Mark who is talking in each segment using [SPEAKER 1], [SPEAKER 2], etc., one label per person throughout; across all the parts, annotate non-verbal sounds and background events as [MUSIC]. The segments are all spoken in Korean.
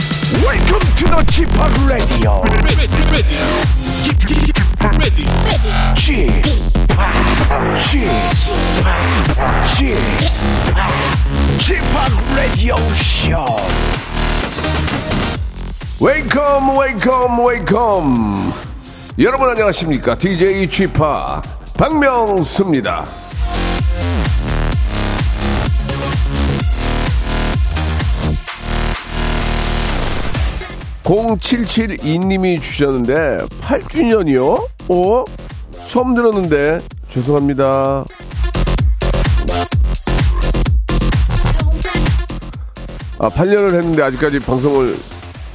[SPEAKER 1] Welcome to the g p o p Radio.
[SPEAKER 2] ready, ready, ready, ready.
[SPEAKER 1] g p o p g p o p g p o p Radio Show. Welcome, Welcome, Welcome. 여러분 안녕하십니까? DJ g p o p 박명수입니다. 공7 7 2님이 주셨는데 8주년이요? 어? 처음 들었는데 죄송합니다. 아 8년을 했는데 아직까지 방송을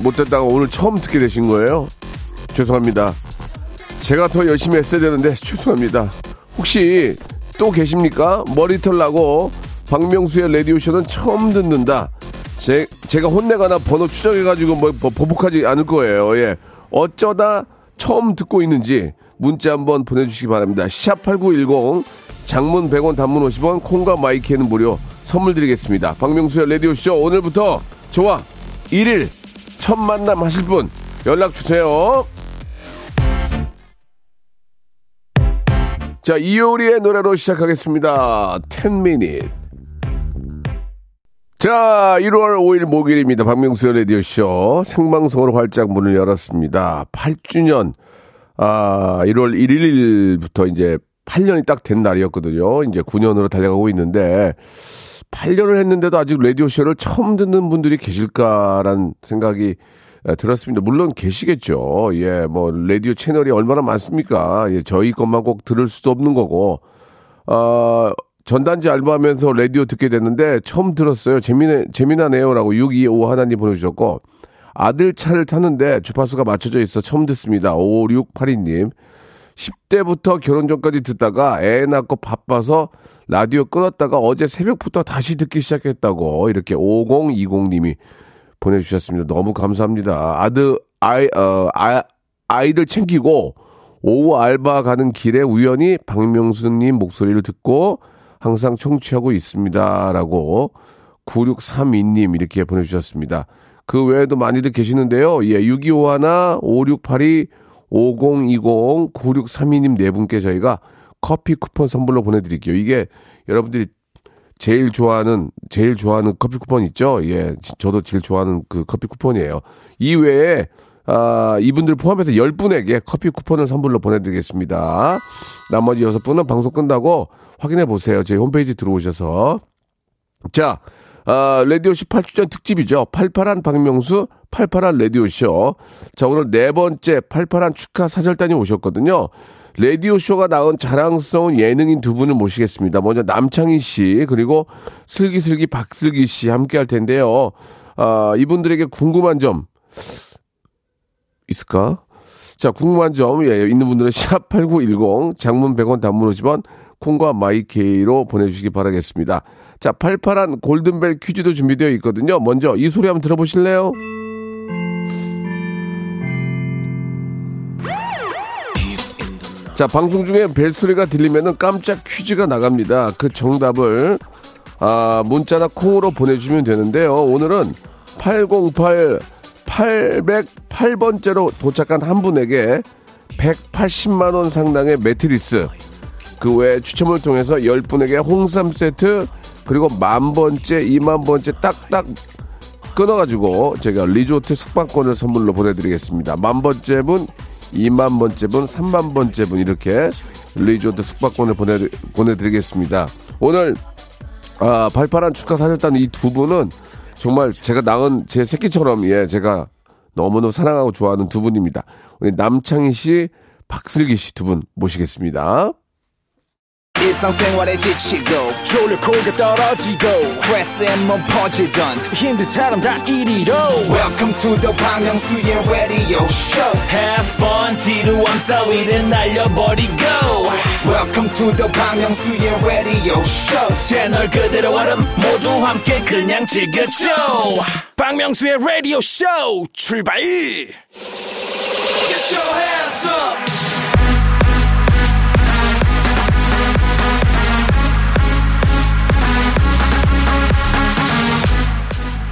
[SPEAKER 1] 못했다가 오늘 처음 듣게 되신 거예요? 죄송합니다. 제가 더 열심히 했어야 되는데 죄송합니다. 혹시 또 계십니까? 머리털 나고 박명수의 라디오쇼는 처음 듣는다. 제, 제가 혼내거나 번호 추적해가지고 뭐, 뭐 보복하지 않을 거예요. 예. 어쩌다 처음 듣고 있는지 문자 한번 보내주시기 바랍니다. 샵8910 장문 100원 단문 50원 콩과 마이키에는 무료 선물 드리겠습니다. 박명수의 라디오쇼 오늘부터 저와 1일 첫 만남 하실 분 연락 주세요. 자, 이효리의 노래로 시작하겠습니다. 10 minute. 자, 1월 5일 목요일입니다. 박명수의 라디오쇼 생방송으로 활짝 문을 열었습니다. 8주년, 아, 1월 1일부터 이제 8년이 딱 된 날이었거든요. 이제 9년으로 달려가고 있는데, 8년을 했는데도 아직 라디오쇼를 처음 듣는 분들이 계실까란 생각이 예, 들었습니다. 물론 계시겠죠. 예, 뭐, 라디오 채널이 얼마나 많습니까? 예, 저희 것만 꼭 들을 수도 없는 거고, 아, 전단지 알바하면서 라디오 듣게 됐는데 처음 들었어요. 재미네, 재미나네요라고 625 하나님 보내주셨고 아들 차를 타는데 주파수가 맞춰져 있어 처음 듣습니다. 5682님. 10대부터 결혼 전까지 듣다가 애 낳고 바빠서 라디오 끊었다가 어제 새벽부터 다시 듣기 시작했다고 이렇게 5020님이 보내주셨습니다. 너무 감사합니다. 아들, 아이, 어, 아, 아이들 챙기고 오후 알바 가는 길에 우연히 박명수님 목소리를 듣고 항상 청취하고 있습니다. 라고 9632님 이렇게 보내주셨습니다. 그 외에도 많이들 계시는데요. 예, 625하나, 5682, 5020, 9632님 네 분께 저희가 커피 쿠폰 선물로 보내드릴게요. 이게 여러분들이 제일 좋아하는 제일 좋아하는 커피 쿠폰 있죠? 예, 지- 저도 제일 좋아하는 그 커피 쿠폰이에요. 이외에 아, 이분들 포함해서 10분에게 커피 쿠폰을 선물로 보내드리겠습니다. 나머지 6분은 방송 끝나고 확인해 보세요. 저희 홈페이지 들어오셔서. 자, 아, 라디오쇼 8주년 특집이죠. 팔팔한 박명수, 팔팔한 라디오쇼. 자, 오늘 네 번째 팔팔한 축하 사절단이 오셨거든요. 라디오쇼가 나온 자랑스러운 예능인 두 분을 모시겠습니다. 먼저 남창희 씨, 그리고 슬기슬기 박슬기 씨 함께 할 텐데요. 아, 이분들에게 궁금한 점 있을까? 자, 궁금한 점, 예, 있는 분들은 샵8910, 장문 100원, 단문 50원, 콩과 마이케이로 보내주시기 바라겠습니다. 자, 팔팔한 골든벨 퀴즈도 준비되어 있거든요. 먼저 이 소리 한번 들어보실래요? 자, 방송 중에 벨소리가 들리면 깜짝 퀴즈가 나갑니다. 그 정답을 아, 문자나 콩으로 보내주시면 되는데요. 오늘은 808 808번째로 도착한 한 분에게 180만 원 상당의 매트리스 그 외 추첨을 통해서 10분에게 홍삼 세트 그리고 만 번째, 2만 번째 딱딱 끊어가지고 제가 리조트 숙박권을 선물로 보내드리겠습니다. 만 번째 분, 2만 번째 분, 3만 번째 분 이렇게 리조트 숙박권을 보내, 보내드리겠습니다. 오늘 아, 발팔한 축하 사셨다는 이 두 분은 정말 제가 낳은 제 새끼처럼 예, 제가 너무너무 사랑하고 좋아하는 두 분입니다. 우리 남창희 씨, 박슬기 씨 두 분 모시겠습니다.
[SPEAKER 3] 일상생활에 지치고, 졸려 코가 떨어지고, 스트레스에 몸 퍼지던, 힘든 사람 다 이리로. welcome to the Bang Myung-soo's radio show
[SPEAKER 4] Have fun 지루함 따위를 날려버리고
[SPEAKER 3] welcome to the Bang Myung-soo's radio show
[SPEAKER 4] 채널 그대로 얼음 모두 함께 그냥 즐겨줘
[SPEAKER 2] 박명수의 라디오 쇼 출발!
[SPEAKER 3] get your hands up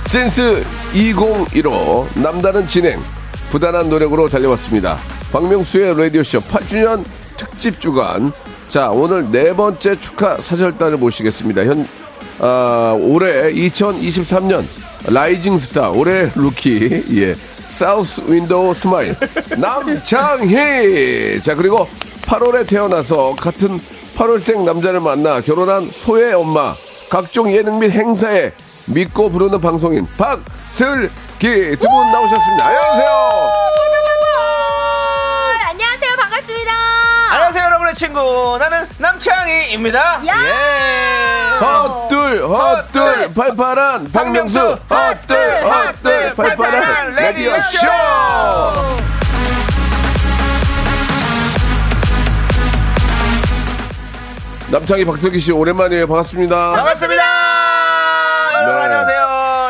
[SPEAKER 1] 센스 2015 남다른 진행 부단한 노력으로 달려왔습니다. 박명수의 라디오쇼 8주년 특집 주간 자 오늘 네 번째 축하 사절단을 모시겠습니다. 현 아, 올해 2023년 라이징 스타 올해 루키 [LAUGHS] 예 사우스 윈도우 스마일 남창희 자 그리고 8월에 태어나서 같은 8월생 남자를 만나 결혼한 소의 엄마 각종 예능 및 행사에 믿고 부르는 방송인 박슬기 두 분 나오셨습니다. 안녕하세요.
[SPEAKER 5] 아, 안녕하세요 반갑습니다.
[SPEAKER 6] 안녕하세요 여러분의 친구 나는 남창희입니다 예. 어,
[SPEAKER 5] 야!
[SPEAKER 1] 헛둘 헛둘
[SPEAKER 6] 헛둘.
[SPEAKER 1] 팔팔한 박명수 헛둘 헛둘 팔팔한 라디오 쇼. 남창희 박슬기 씨 오랜만이에요. 반갑습니다.
[SPEAKER 6] 반갑습니다 여러분
[SPEAKER 1] 네.
[SPEAKER 6] 안녕하세요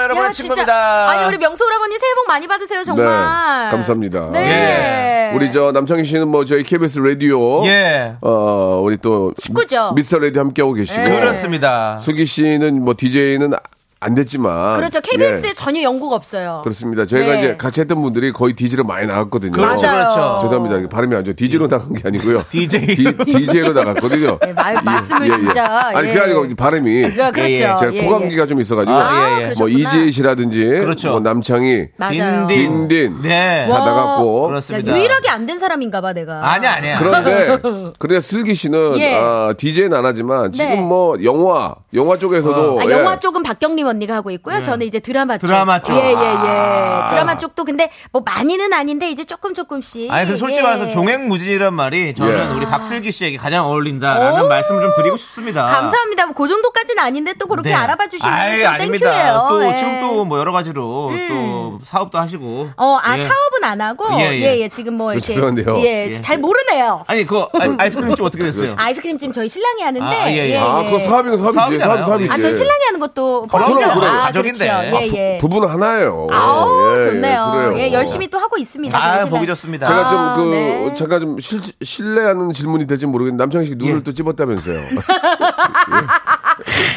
[SPEAKER 6] 여러분의
[SPEAKER 5] 야,
[SPEAKER 6] 친구입니다
[SPEAKER 5] 아니 우리 명수 오라버니 새해 복 많이 받으세요 정말.
[SPEAKER 1] 네, 감사합니다. 예.
[SPEAKER 5] 네.
[SPEAKER 1] 우리 저 남창희 씨는 뭐 저희 KBS 라디오
[SPEAKER 6] 예
[SPEAKER 1] 어 우리 또
[SPEAKER 5] 식구죠.
[SPEAKER 1] 미스터 라디오 함께하고 계시고
[SPEAKER 6] 그렇습니다
[SPEAKER 1] 수기 씨는 뭐 DJ는 안 됐지만
[SPEAKER 5] 그렇죠. KBS에 전혀 연구가 없어요.
[SPEAKER 1] 예. 그렇습니다. 저희가
[SPEAKER 5] 네.
[SPEAKER 1] 이제 같이 했던 분들이 거의 DJ로 많이 나갔거든요.
[SPEAKER 6] 그렇죠
[SPEAKER 5] 맞아요.
[SPEAKER 6] 그렇죠
[SPEAKER 1] 죄송합니다. 발음이 안 좋아요. DJ로 나간 게
[SPEAKER 5] [LAUGHS]
[SPEAKER 1] 아니고요.
[SPEAKER 6] DJ 로.
[SPEAKER 1] DJ로 나갔거든요. 예,
[SPEAKER 5] 네, 말- 말씀을 진짜,
[SPEAKER 1] 아니,
[SPEAKER 5] 예.
[SPEAKER 1] 그게 아니고 발음이.
[SPEAKER 5] 그- 그렇죠.
[SPEAKER 6] 예, 예.
[SPEAKER 1] 제가
[SPEAKER 5] 예,
[SPEAKER 1] 코감기가 좀 있어가지고.
[SPEAKER 6] 아, 예, 예.
[SPEAKER 1] 뭐
[SPEAKER 5] 그러셨구나.
[SPEAKER 1] 이지혜 씨라든지.
[SPEAKER 6] 그렇죠.
[SPEAKER 1] 뭐 남창희.
[SPEAKER 5] 맞아요.
[SPEAKER 6] 딘딘.
[SPEAKER 1] 딘딘.
[SPEAKER 6] 네
[SPEAKER 1] 다
[SPEAKER 5] 와.
[SPEAKER 1] 나갔고.
[SPEAKER 6] 그렇습니다.
[SPEAKER 5] 야, 유일하게 안 된 사람인가 봐 내가.
[SPEAKER 6] 아니야 아니야
[SPEAKER 1] 그런데,
[SPEAKER 5] [LAUGHS]
[SPEAKER 1] 그런데 슬기 씨는,
[SPEAKER 5] 예.
[SPEAKER 1] 아, DJ는 안 하지만, 지금
[SPEAKER 5] 네.
[SPEAKER 1] 뭐, 영화, 영화 쪽에서도.
[SPEAKER 5] 아,
[SPEAKER 1] 예.
[SPEAKER 5] 영화 쪽은 박경림 언니가 하고 있고요. 저는 이제 드라마 쪽.
[SPEAKER 6] 예. 드라마 쪽. 아.
[SPEAKER 5] 예, 예, 예. 드라마 쪽도 근데 뭐 많이는 아닌데 이제 조금 조금씩.
[SPEAKER 6] 아니 그 솔직히
[SPEAKER 5] 예.
[SPEAKER 6] 말해서 종횡무진이란 말이 저는
[SPEAKER 1] 예.
[SPEAKER 6] 우리 박슬기 씨에게 가장 어울린다라는 말씀을 좀 드리고 싶습니다
[SPEAKER 5] 감사합니다. 뭐그 정도까지는 아닌데 또 그렇게
[SPEAKER 6] 아. 네.
[SPEAKER 5] 알아봐 주시면
[SPEAKER 6] 아이,
[SPEAKER 5] 또
[SPEAKER 6] 아닙니다.
[SPEAKER 5] 땡큐예요.
[SPEAKER 6] 또
[SPEAKER 5] 예. 음.
[SPEAKER 6] 지금 또 뭐 여러 가지로 또 사업도 하시고.
[SPEAKER 5] 어, 아
[SPEAKER 6] 예.
[SPEAKER 5] 사업은 안 하고
[SPEAKER 6] 예,
[SPEAKER 5] 예예
[SPEAKER 6] 예.
[SPEAKER 5] 지금 뭐
[SPEAKER 1] 저
[SPEAKER 5] 이렇게
[SPEAKER 1] 죄송한데요.
[SPEAKER 5] 예,
[SPEAKER 6] 예.
[SPEAKER 5] 잘 모르네요.
[SPEAKER 6] 아니 그거 아이- 아이스크림 좀 어떻게 됐어요?
[SPEAKER 5] 아이스크림집 저희 신랑이 하는데
[SPEAKER 6] 아, 예, 예.
[SPEAKER 1] 아, 그거 사업이고 사업이지.
[SPEAKER 6] 사업이잖아요.
[SPEAKER 1] 사업, 사업이지.
[SPEAKER 5] 아, 저희 신랑이 하는 것도
[SPEAKER 6] 그럼,
[SPEAKER 5] 포함이죠.
[SPEAKER 1] 그럼, 그럼.
[SPEAKER 5] 아,
[SPEAKER 6] 가족인데.
[SPEAKER 5] 그렇죠. 예, 예.
[SPEAKER 1] 부부는 하나예요. 예,
[SPEAKER 5] 아우,
[SPEAKER 1] 예,
[SPEAKER 5] 좋네요.
[SPEAKER 1] 그래요.
[SPEAKER 5] 예, 열심히 또 하고 있습니다. 저희
[SPEAKER 6] 아
[SPEAKER 5] 신랑이.
[SPEAKER 6] 보기 좋습니다.
[SPEAKER 1] 제가
[SPEAKER 5] 아,
[SPEAKER 1] 좀 그
[SPEAKER 5] 네.
[SPEAKER 1] 제가 좀 실, 실례하는 질문이 될지 모르겠는데 남창희 씨 눈을
[SPEAKER 6] 예.
[SPEAKER 1] 또 찝었다면서요. [LAUGHS]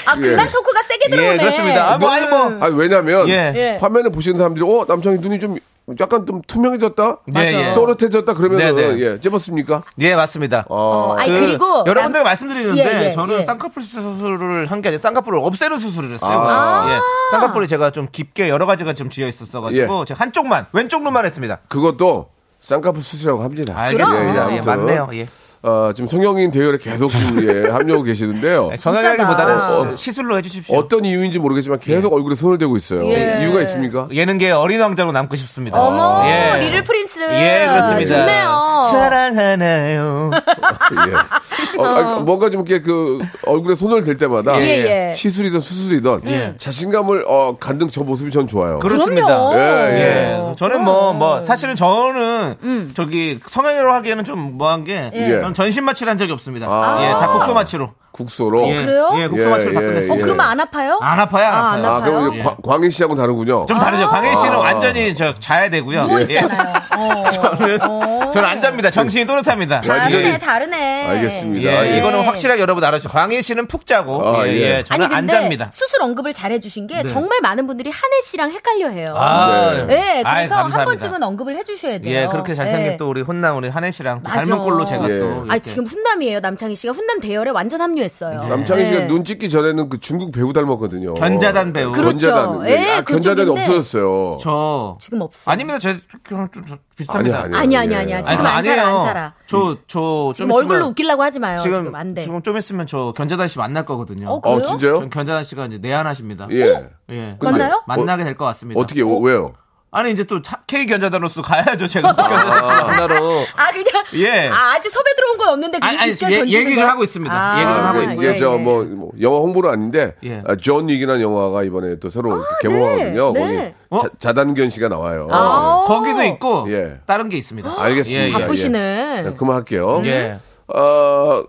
[SPEAKER 5] 아, 그날
[SPEAKER 1] 예.
[SPEAKER 5] 소코가 세게 들어오네.
[SPEAKER 6] 예 그렇습니다. 아, 뭐 아니 뭐
[SPEAKER 1] 아니 왜냐면
[SPEAKER 6] 예.
[SPEAKER 5] 예.
[SPEAKER 1] 화면을 보시는 사람들이 어 남창희 눈이 좀 약간 좀 투명해졌다,
[SPEAKER 6] 예, 예.
[SPEAKER 1] 또렷해졌다 그러면
[SPEAKER 6] 네,
[SPEAKER 1] 은
[SPEAKER 6] 네.
[SPEAKER 1] 예 찝었습니까?
[SPEAKER 6] 예 맞습니다.
[SPEAKER 5] 어, 아니
[SPEAKER 6] 그,
[SPEAKER 5] 그리고
[SPEAKER 6] 여러분들
[SPEAKER 5] 남-
[SPEAKER 6] 말씀드리는데
[SPEAKER 5] 예, 예,
[SPEAKER 6] 저는
[SPEAKER 5] 예.
[SPEAKER 6] 쌍꺼풀 수술을 한 게 아니라 쌍꺼풀을 없애는 수술을 했어요.
[SPEAKER 1] 아.
[SPEAKER 6] 예. 쌍꺼풀이 제가 좀 깊게 여러 가지가 좀 지어 있었어가지고
[SPEAKER 1] 예.
[SPEAKER 6] 제가 한쪽만 왼쪽로만 했습니다.
[SPEAKER 1] 그것도 쌍꺼풀 수술이라고 합니다.
[SPEAKER 6] 알겠습니다.
[SPEAKER 1] 예, 예,
[SPEAKER 6] 예,
[SPEAKER 1] 아무튼.
[SPEAKER 6] 맞네요. 예.
[SPEAKER 1] 어, 지금 성형인 대열에 계속 지금 예, 합류하고 계시는데요.
[SPEAKER 6] 성형이라기보다는
[SPEAKER 1] 어.
[SPEAKER 6] 시술로 해주십시오.
[SPEAKER 1] 어떤 이유인지 모르겠지만 계속 얼굴에 손을 대고 있어요.
[SPEAKER 5] 예.
[SPEAKER 1] 이유가 있습니까?
[SPEAKER 6] 예능계 어린 왕자로 남고 싶습니다.
[SPEAKER 5] 어머,
[SPEAKER 6] 예.
[SPEAKER 5] 리를 프린스.
[SPEAKER 6] 예, 그렇습니다.
[SPEAKER 5] 좋네요.
[SPEAKER 6] 사랑하나요?
[SPEAKER 5] [LAUGHS]
[SPEAKER 1] 예. 어, 아니, 뭔가 좀 이렇게 그 얼굴에 손을 댈 때마다
[SPEAKER 5] 예, 예.
[SPEAKER 1] 시술이든 수술이든 자신감을 어, 간등 저 모습이 전 좋아요.
[SPEAKER 6] 예. 그렇습니다.
[SPEAKER 5] 그럼요.
[SPEAKER 1] 예,
[SPEAKER 5] 어,
[SPEAKER 6] 예. 저는 뭐, 뭐, 사실은 저는
[SPEAKER 5] 음.
[SPEAKER 6] 저기 성형으로 하기에는 좀 뭐한 게
[SPEAKER 1] 예.
[SPEAKER 6] 저는 전신 마취를 한 적이 없습니다.
[SPEAKER 1] 아.
[SPEAKER 6] 예, 다 국소 마취로.
[SPEAKER 1] 국소로.
[SPEAKER 6] 예,
[SPEAKER 5] 그래요?
[SPEAKER 6] 예, 국소
[SPEAKER 1] 예,
[SPEAKER 6] 마취로 다
[SPEAKER 1] 예,
[SPEAKER 6] 끝냈습니다.
[SPEAKER 5] 어,
[SPEAKER 1] 예.
[SPEAKER 5] 그러면 안 아파요?
[SPEAKER 6] 안 아파요, 안
[SPEAKER 5] 아,
[SPEAKER 6] 아파요.
[SPEAKER 5] 안
[SPEAKER 1] 아, 그럼
[SPEAKER 5] 아파요.
[SPEAKER 1] 이제
[SPEAKER 6] 예.
[SPEAKER 1] 광- 광희 씨하고는 다르군요.
[SPEAKER 6] 좀 다르죠. 광희 씨는
[SPEAKER 1] 아.
[SPEAKER 6] 완전히 저 자야 되고요.
[SPEAKER 5] 누워 [LAUGHS]
[SPEAKER 6] 예. [LAUGHS]
[SPEAKER 5] 있잖아요. 어.
[SPEAKER 6] 저는, 저는 안 잡니다. 정신이 또렷합니다.
[SPEAKER 5] 다르네,
[SPEAKER 1] 완전히-
[SPEAKER 5] 다르네.
[SPEAKER 1] 알겠습니다. 아,
[SPEAKER 6] 예,
[SPEAKER 1] 예.
[SPEAKER 6] 이거는 확실하게 여러분 알아주세요. 광희 씨는 푹 자고,
[SPEAKER 1] 아,
[SPEAKER 6] 예,
[SPEAKER 1] 예.
[SPEAKER 6] 예, 저는
[SPEAKER 5] 아니
[SPEAKER 6] 안
[SPEAKER 5] 근데 네.
[SPEAKER 6] 잡니다.
[SPEAKER 5] 수술 언급을 잘해주신 게 정말 많은 분들이 한혜 씨랑 헷갈려해요.
[SPEAKER 6] 아,
[SPEAKER 5] 네, 그래서
[SPEAKER 6] 아이,
[SPEAKER 5] 한
[SPEAKER 6] 감사합니다.
[SPEAKER 5] 번쯤은 언급을 해주셔야 돼요.
[SPEAKER 6] 예, 그렇게 잘생긴
[SPEAKER 5] 예.
[SPEAKER 6] 또 우리 혼남 우리 한혜 씨랑 또
[SPEAKER 5] 맞아.
[SPEAKER 6] 닮은 꼴로 제가
[SPEAKER 1] 예.
[SPEAKER 6] 또.
[SPEAKER 5] 아
[SPEAKER 6] 이렇게.
[SPEAKER 5] 지금 훈남이에요. 남창희 씨가 훈남 대열에 완전 합류했어요.
[SPEAKER 1] 네. 남창희 씨가
[SPEAKER 5] 예.
[SPEAKER 1] 눈 찍기 전에는 그 중국 배우 닮았거든요.
[SPEAKER 6] 견자단 배우.
[SPEAKER 5] 그렇죠.
[SPEAKER 1] 견자단.
[SPEAKER 5] 예,
[SPEAKER 1] 아, 견자단이
[SPEAKER 5] 그쪽인데.
[SPEAKER 1] 없어졌어요.
[SPEAKER 6] 저.
[SPEAKER 5] 지금 없어.
[SPEAKER 6] 아닙니다. 제 그냥 좀 비슷합니다.
[SPEAKER 1] 아니, 아니.
[SPEAKER 5] 아니 아니
[SPEAKER 1] 예.
[SPEAKER 5] 아니야.
[SPEAKER 1] 아니,
[SPEAKER 5] 지금
[SPEAKER 6] 그거
[SPEAKER 5] 안
[SPEAKER 6] 아니에요.
[SPEAKER 5] 살아 안 살아.
[SPEAKER 6] 저, 저, 좀
[SPEAKER 5] 지금 얼굴로
[SPEAKER 6] 있으면-
[SPEAKER 5] 웃기려고 하지 마요. 지금,
[SPEAKER 6] 지금,
[SPEAKER 5] 안 돼.
[SPEAKER 6] 지금 좀 있으면 저 견자단 씨 만날 거거든요.
[SPEAKER 5] 어,
[SPEAKER 1] 어,
[SPEAKER 5] 그래요? 네.
[SPEAKER 1] 진짜요?
[SPEAKER 6] 전 견자단 씨가 이제 내한하십니다.
[SPEAKER 1] 예.
[SPEAKER 6] 예.
[SPEAKER 1] 근데-
[SPEAKER 5] 만나요?
[SPEAKER 6] 만나게 될 것 같습니다.
[SPEAKER 1] 어떻게, 요 왜요?
[SPEAKER 6] 아니, 이제 또 차- K 견자단으로서 가야죠, 제가.
[SPEAKER 1] 아.
[SPEAKER 6] 또 견자단 씨 만나러.
[SPEAKER 5] 아 그냥
[SPEAKER 6] 예.
[SPEAKER 5] 아, 아직 섭외 들어온 건 없는데
[SPEAKER 6] 아니,
[SPEAKER 5] 그냥
[SPEAKER 6] 아니,
[SPEAKER 5] 웃겨
[SPEAKER 6] 예,
[SPEAKER 5] 던지는
[SPEAKER 6] 얘기 좀
[SPEAKER 5] 거야?
[SPEAKER 6] 하고 있습니다.
[SPEAKER 5] 아,
[SPEAKER 6] 얘기 좀
[SPEAKER 1] 아,
[SPEAKER 6] 하고
[SPEAKER 1] 근데
[SPEAKER 6] 있고요.
[SPEAKER 1] 이게
[SPEAKER 5] 예,
[SPEAKER 1] 저
[SPEAKER 5] 예.
[SPEAKER 1] 뭐, 뭐 영화 홍보는 아닌데
[SPEAKER 6] 네, 예.
[SPEAKER 1] 아, 존 윅이라는 영화가 이번에 또 새로 개봉하거든요.
[SPEAKER 5] 네,
[SPEAKER 1] 거기
[SPEAKER 5] 네.
[SPEAKER 6] 어?
[SPEAKER 1] 자, 단견 씨가 나와요.
[SPEAKER 5] 아.
[SPEAKER 6] 거기도 있고,
[SPEAKER 1] 예.
[SPEAKER 6] 다른 게 있습니다.
[SPEAKER 1] 알겠습니다.
[SPEAKER 6] 예, 예.
[SPEAKER 5] 바쁘시네.
[SPEAKER 1] 네, 그만할게요.
[SPEAKER 6] 예.
[SPEAKER 1] 어,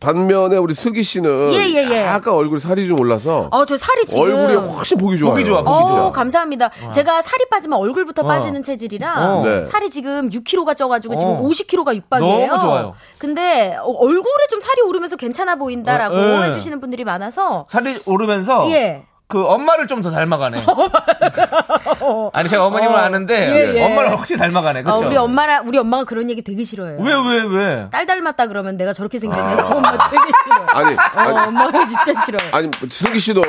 [SPEAKER 1] 반면에 우리 슬기 씨는
[SPEAKER 5] 예, 예, 예.
[SPEAKER 1] 약간 얼굴 살이 좀 올라서
[SPEAKER 5] 어, 저 살이 지금
[SPEAKER 1] 얼굴이 훨씬 보기 좋아요.
[SPEAKER 6] 보기 좋아, 보기
[SPEAKER 5] 어, 감사합니다. 제가 살이 빠지면 얼굴부터
[SPEAKER 6] 어.
[SPEAKER 5] 빠지는 체질이라
[SPEAKER 6] 아. 어.
[SPEAKER 1] 네.
[SPEAKER 5] 살이 지금 6kg가 쪄가지고 지금
[SPEAKER 6] 어.
[SPEAKER 5] 50kg가 육박이에요.
[SPEAKER 6] 너무 좋아요.
[SPEAKER 5] 근데 어, 얼굴에 좀 살이 오르면서 괜찮아 보인다라고
[SPEAKER 6] 어, 예.
[SPEAKER 5] 해주시는 분들이 많아서
[SPEAKER 6] 살이 오르면서
[SPEAKER 5] 예.
[SPEAKER 6] 그 엄마를 좀
[SPEAKER 5] [LAUGHS]
[SPEAKER 6] 더 닮아가네. 아니 제가 어머님을 아는데
[SPEAKER 5] 어. 예, 예.
[SPEAKER 6] 엄마를 확실히 닮아가네.
[SPEAKER 5] 아,
[SPEAKER 6] 그렇죠?
[SPEAKER 5] 우리 엄마라 우리 엄마가 그런 얘기 되게 싫어해요.
[SPEAKER 6] 왜 아. 왜 왜?
[SPEAKER 5] 딸 닮았다 그러면 내가 저렇게 생겼네. 엄마 되게 싫어.
[SPEAKER 1] 아니, 아니,
[SPEAKER 5] 어, 엄마가 진짜 싫어요.
[SPEAKER 1] 아니, 슬기 씨도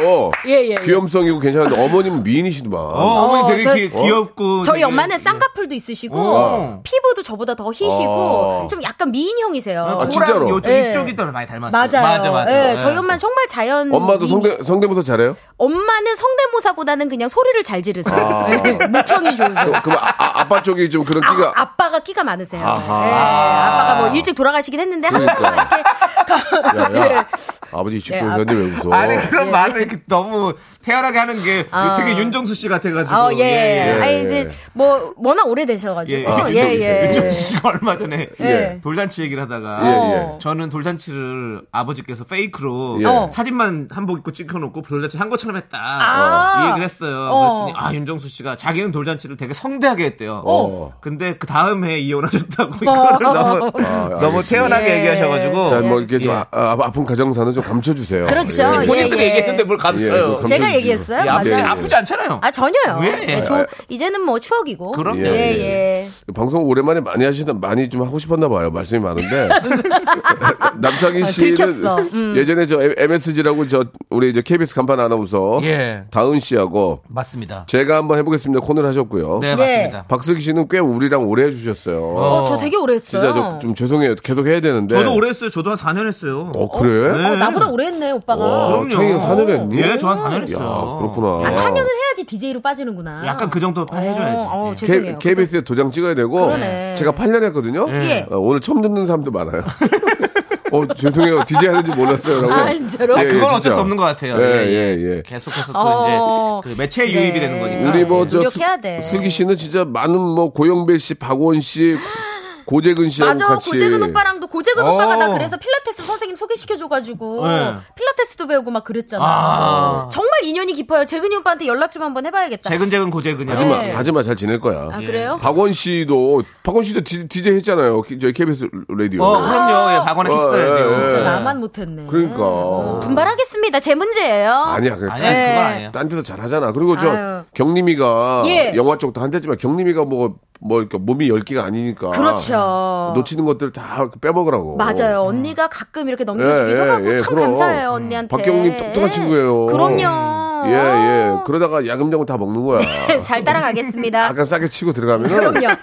[SPEAKER 5] 예, 예, 예.
[SPEAKER 1] 귀염성이고 괜찮은데 어머님은 미인이시더만.
[SPEAKER 6] 어, 어머니 되게
[SPEAKER 5] 저-
[SPEAKER 6] 귀- 귀엽고
[SPEAKER 5] 저희
[SPEAKER 6] 되게-
[SPEAKER 5] 엄마는
[SPEAKER 1] 네.
[SPEAKER 5] 쌍꺼풀도 있으시고
[SPEAKER 6] 어.
[SPEAKER 5] 피부도 저보다 더 희시고
[SPEAKER 1] 어.
[SPEAKER 5] 좀 약간 미인형이세요.
[SPEAKER 1] 아,
[SPEAKER 6] 코랑
[SPEAKER 1] 진짜로?
[SPEAKER 6] 요쪽
[SPEAKER 5] 예.
[SPEAKER 6] 이쪽이 더 많이 닮았어요.
[SPEAKER 5] 맞아요.
[SPEAKER 6] 맞아 맞아.
[SPEAKER 5] 예,
[SPEAKER 6] 예.
[SPEAKER 5] 저희 엄마는 정말 자연.
[SPEAKER 1] 엄마도
[SPEAKER 5] 미인-
[SPEAKER 1] 성대, 성대모사 잘해요?
[SPEAKER 5] 엄마는 성대모사보다는 그냥 소리를 잘 지르세요.
[SPEAKER 1] 아.
[SPEAKER 5] 예, 물청이 좋으세요.
[SPEAKER 1] 그럼 아, 아, 아빠 쪽이 좀 그런 끼가.
[SPEAKER 5] 아, 아빠가 끼가 많으세요. 예,
[SPEAKER 1] 아하.
[SPEAKER 5] 아빠가 뭐 일찍 돌아가시긴 했는데 항상
[SPEAKER 1] 그러니까.
[SPEAKER 5] 이렇게 가-
[SPEAKER 1] 야, 야. 아버지 이식
[SPEAKER 5] 예,
[SPEAKER 1] 도셨는데 왜 웃어?
[SPEAKER 6] 아니 그런 말을 이렇게 너무 태연하게 하는 게
[SPEAKER 5] 아.
[SPEAKER 6] 되게 윤정수 씨 같아가지고.
[SPEAKER 5] 어, 예.
[SPEAKER 6] 예, 예.
[SPEAKER 5] 아니, 이제, 뭐, 워낙
[SPEAKER 6] 예,
[SPEAKER 1] 아,
[SPEAKER 5] 오래되셔가지고.
[SPEAKER 6] 예.
[SPEAKER 5] 예, 예.
[SPEAKER 6] 윤정수 씨가 얼마 전에
[SPEAKER 5] 예.
[SPEAKER 6] 돌잔치 얘기를 하다가
[SPEAKER 1] 예,
[SPEAKER 5] 예.
[SPEAKER 6] 저는 돌잔치를 아버지께서 페이크로
[SPEAKER 1] 예.
[SPEAKER 5] 어.
[SPEAKER 6] 사진만 한복 입고 찍혀놓고 돌잔치 한 것처럼 했다
[SPEAKER 5] 아.
[SPEAKER 6] 이 얘기를 했어요.
[SPEAKER 5] 어.
[SPEAKER 6] 그랬더니 아 윤정수 씨가 자기는 돌잔치를 되게 성대하게 했대요.
[SPEAKER 1] 어.
[SPEAKER 6] 근데 그 다음 해에 이혼하셨다고 이거를 너무 너무
[SPEAKER 1] 아, 알겠습니다.
[SPEAKER 6] 태연하게
[SPEAKER 5] 예.
[SPEAKER 6] 얘기하셔가지고
[SPEAKER 1] 자, 뭐 이렇게 좀
[SPEAKER 6] 예.
[SPEAKER 1] 아, 아, 아픈 가정사는 좀 감춰주세요.
[SPEAKER 5] 그렇죠.
[SPEAKER 1] 예.
[SPEAKER 5] 예.
[SPEAKER 6] 본인들이 얘기했는데 뭘
[SPEAKER 1] 예, 그거
[SPEAKER 6] 감싸요.
[SPEAKER 1] 감춰주시고.
[SPEAKER 5] 제가 얘기했어요?
[SPEAKER 6] 예, 아프지,
[SPEAKER 5] 맞아요.
[SPEAKER 1] 예, 예.
[SPEAKER 6] 아프지 않잖아요.
[SPEAKER 5] 아, 전혀요.
[SPEAKER 6] 왜?
[SPEAKER 5] 예, 저, 이제는 뭐 추억이고.
[SPEAKER 6] 그럼요.
[SPEAKER 5] 예, 예.
[SPEAKER 1] 방송 오랜만에 많이 하시다 많이 좀 하고 싶었나 봐요. 말씀이
[SPEAKER 5] [LAUGHS]
[SPEAKER 1] 많은데 남창희
[SPEAKER 5] 아,
[SPEAKER 1] 씨는
[SPEAKER 5] 들켰어. 음.
[SPEAKER 1] 예전에 저 MSG라고 저 우리 이제 KBS 간판 아나운서
[SPEAKER 6] 예.
[SPEAKER 1] 다은 씨하고
[SPEAKER 6] 맞습니다.
[SPEAKER 1] 제가 한번 해보겠습니다 코너를 하셨고요.
[SPEAKER 6] 네
[SPEAKER 5] 예.
[SPEAKER 6] 맞습니다.
[SPEAKER 1] 박석희 씨는 꽤 우리랑 오래 해주셨어요.
[SPEAKER 5] 어, 저 되게 오래 했어요.
[SPEAKER 1] 진짜 저, 좀 죄송해요. 계속 해야 되는데.
[SPEAKER 6] 저도 오래 했어요. 저도 한 4년 했어요.
[SPEAKER 1] 어 그래?
[SPEAKER 5] 어, 나보다 오래 했네, 오빠가.
[SPEAKER 1] 어,
[SPEAKER 6] 그럼요.
[SPEAKER 1] 창희가 사년 했니?
[SPEAKER 6] 예, 저한 4년
[SPEAKER 1] 야
[SPEAKER 6] 했어요.
[SPEAKER 1] 그렇구나.
[SPEAKER 5] 아, 4년은 해야지 DJ로 빠지는구나.
[SPEAKER 6] 약간 그 정도 해줘야지. 예.
[SPEAKER 5] 어, 어,
[SPEAKER 1] K,
[SPEAKER 5] 죄송해요.
[SPEAKER 1] KBS에 도장 찍어야 되고
[SPEAKER 5] 그러네.
[SPEAKER 1] 제가 8년 했거든요.
[SPEAKER 5] 예.
[SPEAKER 1] 어, 오늘 처음 듣는 사람도 많아요. [LAUGHS] 어 죄송해요 DJ 하는지 몰랐어요라고. 예,
[SPEAKER 5] 아, 진짜로?
[SPEAKER 6] 아, 그건 어쩔
[SPEAKER 1] 진짜.
[SPEAKER 6] 수 없는 것 같아요.
[SPEAKER 1] 예, 예, 예.
[SPEAKER 6] 계속해서 또
[SPEAKER 5] 어.
[SPEAKER 6] 이제 그 매체
[SPEAKER 5] 네.
[SPEAKER 6] 유입이 되는 거니까.
[SPEAKER 1] 우리 뭐저
[SPEAKER 5] 노력해야 돼.
[SPEAKER 1] 슬기 씨는 진짜 많은 뭐 고영배 씨, 박원 씨, 고재근 씨하고
[SPEAKER 5] 맞아,
[SPEAKER 1] 같이
[SPEAKER 5] 고재근 오빠랑도 고재근 오빠가 나
[SPEAKER 6] 어.
[SPEAKER 5] 그래서 필라테스 선생님 소개시켜줘가지고
[SPEAKER 6] 네.
[SPEAKER 5] 필라테스도 배우고 막 그랬잖아.
[SPEAKER 6] 아.
[SPEAKER 5] 정말 인연이 깊어요. 재근이 오빠한테 연락 좀 한번 해봐야겠다.
[SPEAKER 6] 재근재근 예. 고재근이요.
[SPEAKER 1] 하지마,
[SPEAKER 5] 네.
[SPEAKER 1] 하지마 잘 지낼 거야.
[SPEAKER 5] 아 그래요?
[SPEAKER 1] 박원 씨도 박원 씨도 디, DJ 했잖아요. 기- 저희 KBS 라디오.
[SPEAKER 6] 어, 그럼요. 예, 박원의
[SPEAKER 1] 어, 예,
[SPEAKER 6] 키스터.
[SPEAKER 1] 예.
[SPEAKER 5] 진짜
[SPEAKER 1] 네.
[SPEAKER 5] 나만 못했네. 어,
[SPEAKER 1] 그러니까
[SPEAKER 5] 아. 분발하겠습니다. 제 문제예요.
[SPEAKER 1] 아니야, 그래.
[SPEAKER 6] 아니야,
[SPEAKER 5] 예.
[SPEAKER 6] 그건 아니에요.
[SPEAKER 1] 딴 데서 잘하잖아. 그리고 저
[SPEAKER 5] 아유.
[SPEAKER 1] 경림이가
[SPEAKER 5] 예.
[SPEAKER 1] 영화 쪽도 한대지만 경림이가 뭐, 뭐 이렇게 몸이 열 개가 아니니까
[SPEAKER 5] 그렇죠.
[SPEAKER 1] 놓치는 것들 다 빼먹으라고.
[SPEAKER 5] 맞아요. 언니가 가끔 이렇게 넘겨주기도
[SPEAKER 1] 예, 예,
[SPEAKER 5] 하고
[SPEAKER 1] 예,
[SPEAKER 5] 참
[SPEAKER 1] 그럼.
[SPEAKER 5] 감사해요 언니한테.
[SPEAKER 1] 박경림 똑똑한 친구예요.
[SPEAKER 5] 그럼요.
[SPEAKER 1] 예, 예.
[SPEAKER 5] 어.
[SPEAKER 1] 그러다가 야금야금 다 먹는
[SPEAKER 5] [LAUGHS]
[SPEAKER 1] 거야.
[SPEAKER 5] 잘 따라가겠습니다.
[SPEAKER 1] 약간 싸게 치고 들어가면은
[SPEAKER 5] 그럼요.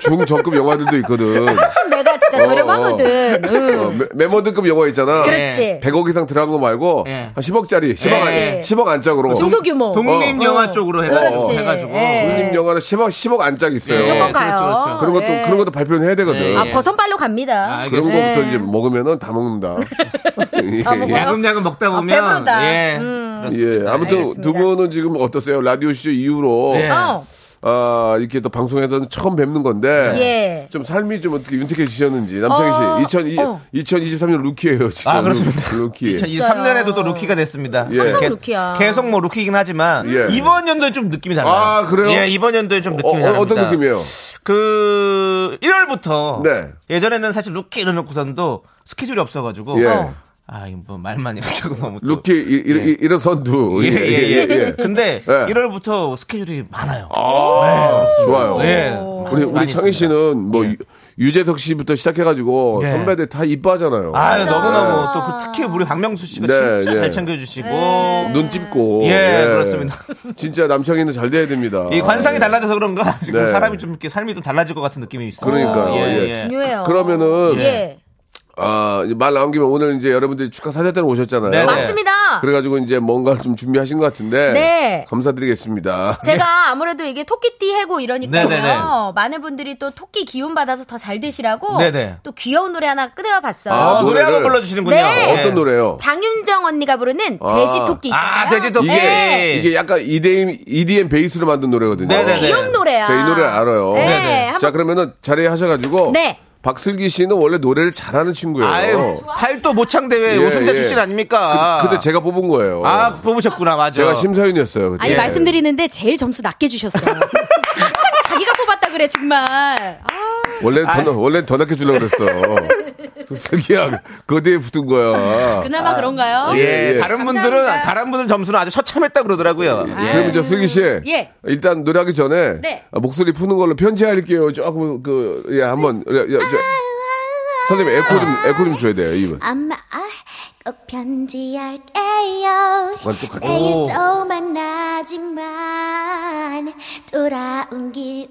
[SPEAKER 1] 중저급 영화들도 있거든.
[SPEAKER 5] 지금 내가 진짜
[SPEAKER 1] 어,
[SPEAKER 5] 저렴하거든. 응.
[SPEAKER 1] 어, 메- 메모드급 영화 있잖아.
[SPEAKER 5] 그렇지.
[SPEAKER 1] 100억 이상 들어간 거 말고
[SPEAKER 6] 예.
[SPEAKER 1] 한 10억짜리, 10억, 안-
[SPEAKER 5] 그렇지.
[SPEAKER 1] 10억 안짝으로.
[SPEAKER 5] 중소규모.
[SPEAKER 6] 독립 영화
[SPEAKER 5] 어.
[SPEAKER 6] 쪽으로
[SPEAKER 5] 그렇지.
[SPEAKER 6] 해가지고. 해가지고.
[SPEAKER 5] 예.
[SPEAKER 1] 독립 영화는 10억, 10억 안짝이 있어요.
[SPEAKER 5] 무조건 가요.
[SPEAKER 6] 예, 그렇죠, 그렇죠.
[SPEAKER 1] 그런 것도
[SPEAKER 5] 예.
[SPEAKER 1] 그런 것도 발표는 해야 되거든.
[SPEAKER 6] 예,
[SPEAKER 5] 아
[SPEAKER 6] 예.
[SPEAKER 5] 버선발로 갑니다.
[SPEAKER 6] 아,
[SPEAKER 1] 그런
[SPEAKER 6] 알겠어요.
[SPEAKER 1] 거부터
[SPEAKER 5] 예.
[SPEAKER 1] 이제 먹으면은 다 먹는다.
[SPEAKER 5] [LAUGHS] 다 먹어요?
[SPEAKER 1] 예.
[SPEAKER 6] 야금야금 먹다 보면.
[SPEAKER 5] 배부르다.
[SPEAKER 6] 예.
[SPEAKER 1] 예.
[SPEAKER 6] 그렇습니다. 네.
[SPEAKER 1] 아무튼
[SPEAKER 5] 알겠습니다.
[SPEAKER 1] 두 분은 지금 어떠세요? 라디오 쇼 이후로
[SPEAKER 6] 예.
[SPEAKER 5] 어.
[SPEAKER 1] 아 이렇게 또 방송에서 처음 뵙는 건데
[SPEAKER 5] 예.
[SPEAKER 1] 좀 삶이 좀 어떻게 윤택해지셨는지 남창희
[SPEAKER 5] 어,
[SPEAKER 1] 씨 2002,
[SPEAKER 5] 어.
[SPEAKER 1] 2023년 루키예요 지금.
[SPEAKER 6] 아, 그렇습니다.
[SPEAKER 1] 루키.
[SPEAKER 6] 2023년에도 또 루키가 됐습니다.
[SPEAKER 1] 예. 항상
[SPEAKER 6] 게-
[SPEAKER 5] 루키야.
[SPEAKER 6] 계속 뭐 루키긴 하지만
[SPEAKER 1] 예.
[SPEAKER 6] 이번 연도에 좀 느낌이 달라요.
[SPEAKER 1] 아, 그래요?
[SPEAKER 6] 예, 이번 연도에 좀
[SPEAKER 1] 어,
[SPEAKER 6] 느낌이
[SPEAKER 1] 어,
[SPEAKER 6] 달라요.
[SPEAKER 1] 어떤 느낌이에요?
[SPEAKER 6] 그 1월부터
[SPEAKER 1] 네.
[SPEAKER 6] 예전에는 사실 루키 이래놓고선도 스케줄이 없어가지고
[SPEAKER 1] 예.
[SPEAKER 5] 어.
[SPEAKER 6] 아 이거 뭐 말만 이렇게 하고 너무 또-
[SPEAKER 1] 루키 이- 이- 이- 이런 선두.
[SPEAKER 6] 예, 예, 예. 근데
[SPEAKER 1] 예.
[SPEAKER 6] 1월부터 스케줄이 많아요.
[SPEAKER 1] 아, 좋아요.
[SPEAKER 6] 예.
[SPEAKER 1] 우리
[SPEAKER 6] 많이
[SPEAKER 1] 우리 창희
[SPEAKER 6] 있습니다.
[SPEAKER 1] 씨는 뭐 유- 유재석 씨부터 시작해가지고
[SPEAKER 6] 예.
[SPEAKER 1] 선배들 다 이뻐하잖아요.
[SPEAKER 6] 아유 너무너무 또그 특히 우리 박명수 씨가
[SPEAKER 1] 네,
[SPEAKER 6] 진짜
[SPEAKER 1] 예. 네.
[SPEAKER 6] 잘 챙겨주시고
[SPEAKER 1] 음. 눈 찝고.
[SPEAKER 6] 예, 그렇습니다. [LAUGHS]
[SPEAKER 1] 진짜 남창희는 잘 돼야 됩니다.
[SPEAKER 6] 이 관상이 달라져서 그런가 지금
[SPEAKER 1] 아, 예. 네.
[SPEAKER 6] 사람이 좀 이렇게 삶이 좀 달라질 것 같은 느낌이 있어요. 아,
[SPEAKER 1] 그러니까요, 예.
[SPEAKER 5] 중요해요.
[SPEAKER 1] 그러면은
[SPEAKER 5] 예.
[SPEAKER 1] 아, 이제 말 나온 김에 오늘 이제 여러분들이 축하 사절단 오셨잖아요.
[SPEAKER 6] 네, 네.
[SPEAKER 5] 맞습니다.
[SPEAKER 1] 그래가지고 이제 뭔가를 좀 준비하신 것 같은데.
[SPEAKER 5] 네.
[SPEAKER 1] 감사드리겠습니다.
[SPEAKER 5] 제가 아무래도 이게 토끼띠 해고 이러니까요.
[SPEAKER 6] 네네네.
[SPEAKER 5] 많은 분들이 또 토끼 기운 받아서 더 잘 드시라고
[SPEAKER 6] 네네.
[SPEAKER 5] 또 귀여운 노래 하나 끄내와 봤어요.
[SPEAKER 1] 아,
[SPEAKER 6] 아, 노래 한번
[SPEAKER 1] 노래를-
[SPEAKER 6] 불러주시는군요. 예.
[SPEAKER 1] [LAUGHS]
[SPEAKER 5] 네.
[SPEAKER 1] 어떤 노래요?
[SPEAKER 5] 장윤정 언니가 부르는
[SPEAKER 1] 아.
[SPEAKER 5] 돼지 토끼 있잖아요.
[SPEAKER 6] 아, 돼지 토끼.
[SPEAKER 5] 네.
[SPEAKER 1] 이게 약간 EDM, EDM 베이스로 만든 노래거든요.
[SPEAKER 6] 네네네.
[SPEAKER 5] 귀여운 노래야.
[SPEAKER 1] 제이 노래 알아요.
[SPEAKER 5] 네.
[SPEAKER 6] 네네.
[SPEAKER 5] 한번
[SPEAKER 1] 자, 그러면은 자리에 하셔가지고.
[SPEAKER 5] 네.
[SPEAKER 1] 박슬기 씨는 원래 노래를 잘하는 친구예요.
[SPEAKER 6] 아유 팔도 모창 대회
[SPEAKER 1] 예,
[SPEAKER 6] 우승자
[SPEAKER 1] 예.
[SPEAKER 6] 출신 아닙니까?
[SPEAKER 1] 그, 그때 제가 뽑은 거예요.
[SPEAKER 6] 아 예. 뽑으셨구나 맞아.
[SPEAKER 1] 제가 심사위원이었어요. 그때.
[SPEAKER 5] 아니
[SPEAKER 1] [LAUGHS]
[SPEAKER 5] 말씀드리는데 제일 점수 낮게 주셨어요. 항상 자기가 뽑았다 그래 정말. 아,
[SPEAKER 1] 원래 더 원래 더 낮게 주려고
[SPEAKER 5] [LAUGHS]
[SPEAKER 1] 그랬어. 슬기야 그 뒤에 붙은 거야.
[SPEAKER 5] 그나마 그런가요?
[SPEAKER 1] 예,
[SPEAKER 6] 예,
[SPEAKER 1] 예.
[SPEAKER 6] 다른 분들은
[SPEAKER 5] 감사합니다.
[SPEAKER 6] 다른 분들 점수는 아주 처참했다 그러더라고요. 예.
[SPEAKER 1] 그럼 이제 슬기 씨
[SPEAKER 5] 예.
[SPEAKER 1] 일단 노래하기 전에
[SPEAKER 5] 네.
[SPEAKER 1] 아, 목소리 푸는 걸로 편지할게요. 조금 그예 한번 예, 예, 저- 선생님 에코 좀 에코 좀 줘야 돼요 이분.
[SPEAKER 7] 엄마 아, 꼭 편지할게요
[SPEAKER 1] 그건 똑같아.
[SPEAKER 7] 내일 또 만나지만 돌아온 길엔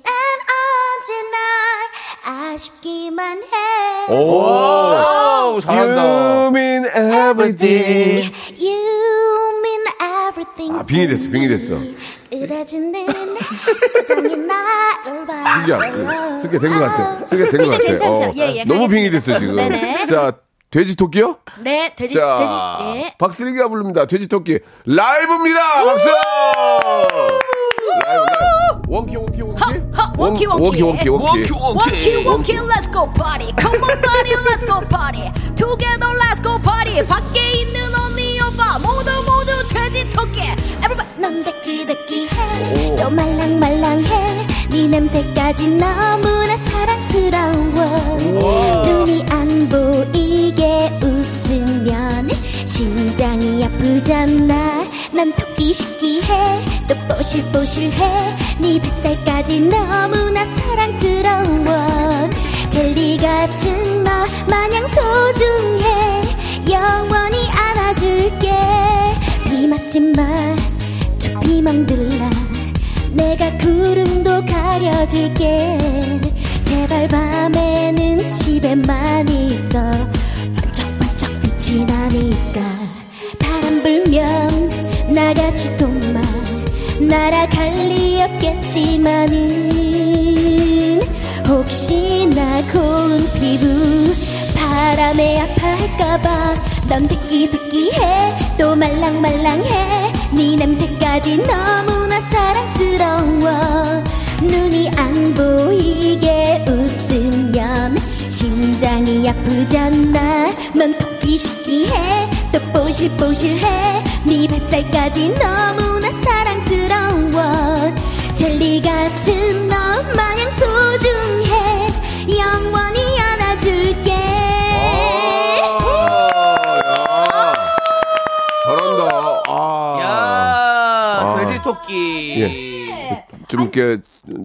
[SPEAKER 7] 언제나 아쉽기만 해
[SPEAKER 6] 오, 잘한다.
[SPEAKER 1] You mean everything.
[SPEAKER 7] You mean everything
[SPEAKER 1] 아 빙이 됐어 빙이 됐어.
[SPEAKER 7] 으라지는 표정이 나를
[SPEAKER 1] 아,
[SPEAKER 7] 봐
[SPEAKER 1] 슬기야 예. 슬기야 된것 같아. 슬기야 된것 같아.
[SPEAKER 5] 괜찮죠?
[SPEAKER 1] 어.
[SPEAKER 5] 예, 예,
[SPEAKER 1] 너무
[SPEAKER 5] 가겠습니다.
[SPEAKER 1] 빙이 됐어 지금.
[SPEAKER 5] 네네.
[SPEAKER 1] 자 돼지 토끼요?
[SPEAKER 5] 네, 돼지,
[SPEAKER 1] 자,
[SPEAKER 5] 돼지, 예.
[SPEAKER 1] 박슬기가 부릅니다. 돼지토끼 라이브입니다. 박수! 라이브, 라이브. 원키 원키 원키
[SPEAKER 5] 하, 원키,
[SPEAKER 1] 원-
[SPEAKER 5] 원키.
[SPEAKER 1] 원키 원키
[SPEAKER 5] 원킬 원킬 let's go party come on party let's go party together let's go party 밖에 있는 언니 오빠 모두 모두 돼지 토끼 everybody
[SPEAKER 7] 넌 데끼데끼해 또 말랑말랑해 네 냄새까지 너무나 사랑스러워 눈이 안 보이게 웃으면 심장이 아프잖아 난 토끼시끼해 또 뽀실뽀실해 네 뱃살까지 너무나 사랑스러워 젤리 같은 너 마냥 소중해 영원히 안아줄게 네 비 맞지 마 두피만 들라 내가 구름도 가려줄게 제발 밤에는 집에만 있어 반짝반짝 빛이 나니까 바람 불면 나같이 도마 날아갈 리 없겠지만은 혹시나 고운 피부 바람에 아파할까봐 넌 듣기듣기해 또 말랑말랑해 네 냄새까지 너무나 사랑스러워 눈이 안 보이게 웃으면 심장이 아프잖아 넌 토끼시끼해 또 뽀실뽀실해 네 뱃살까지 너무나 사랑스러워 젤리 같은 너 마냥 소중해 영원히 안아줄게
[SPEAKER 1] 아, 잘한다. 아. 예.
[SPEAKER 6] 야, 돼지 토끼.
[SPEAKER 5] 네,
[SPEAKER 1] 좀 이렇게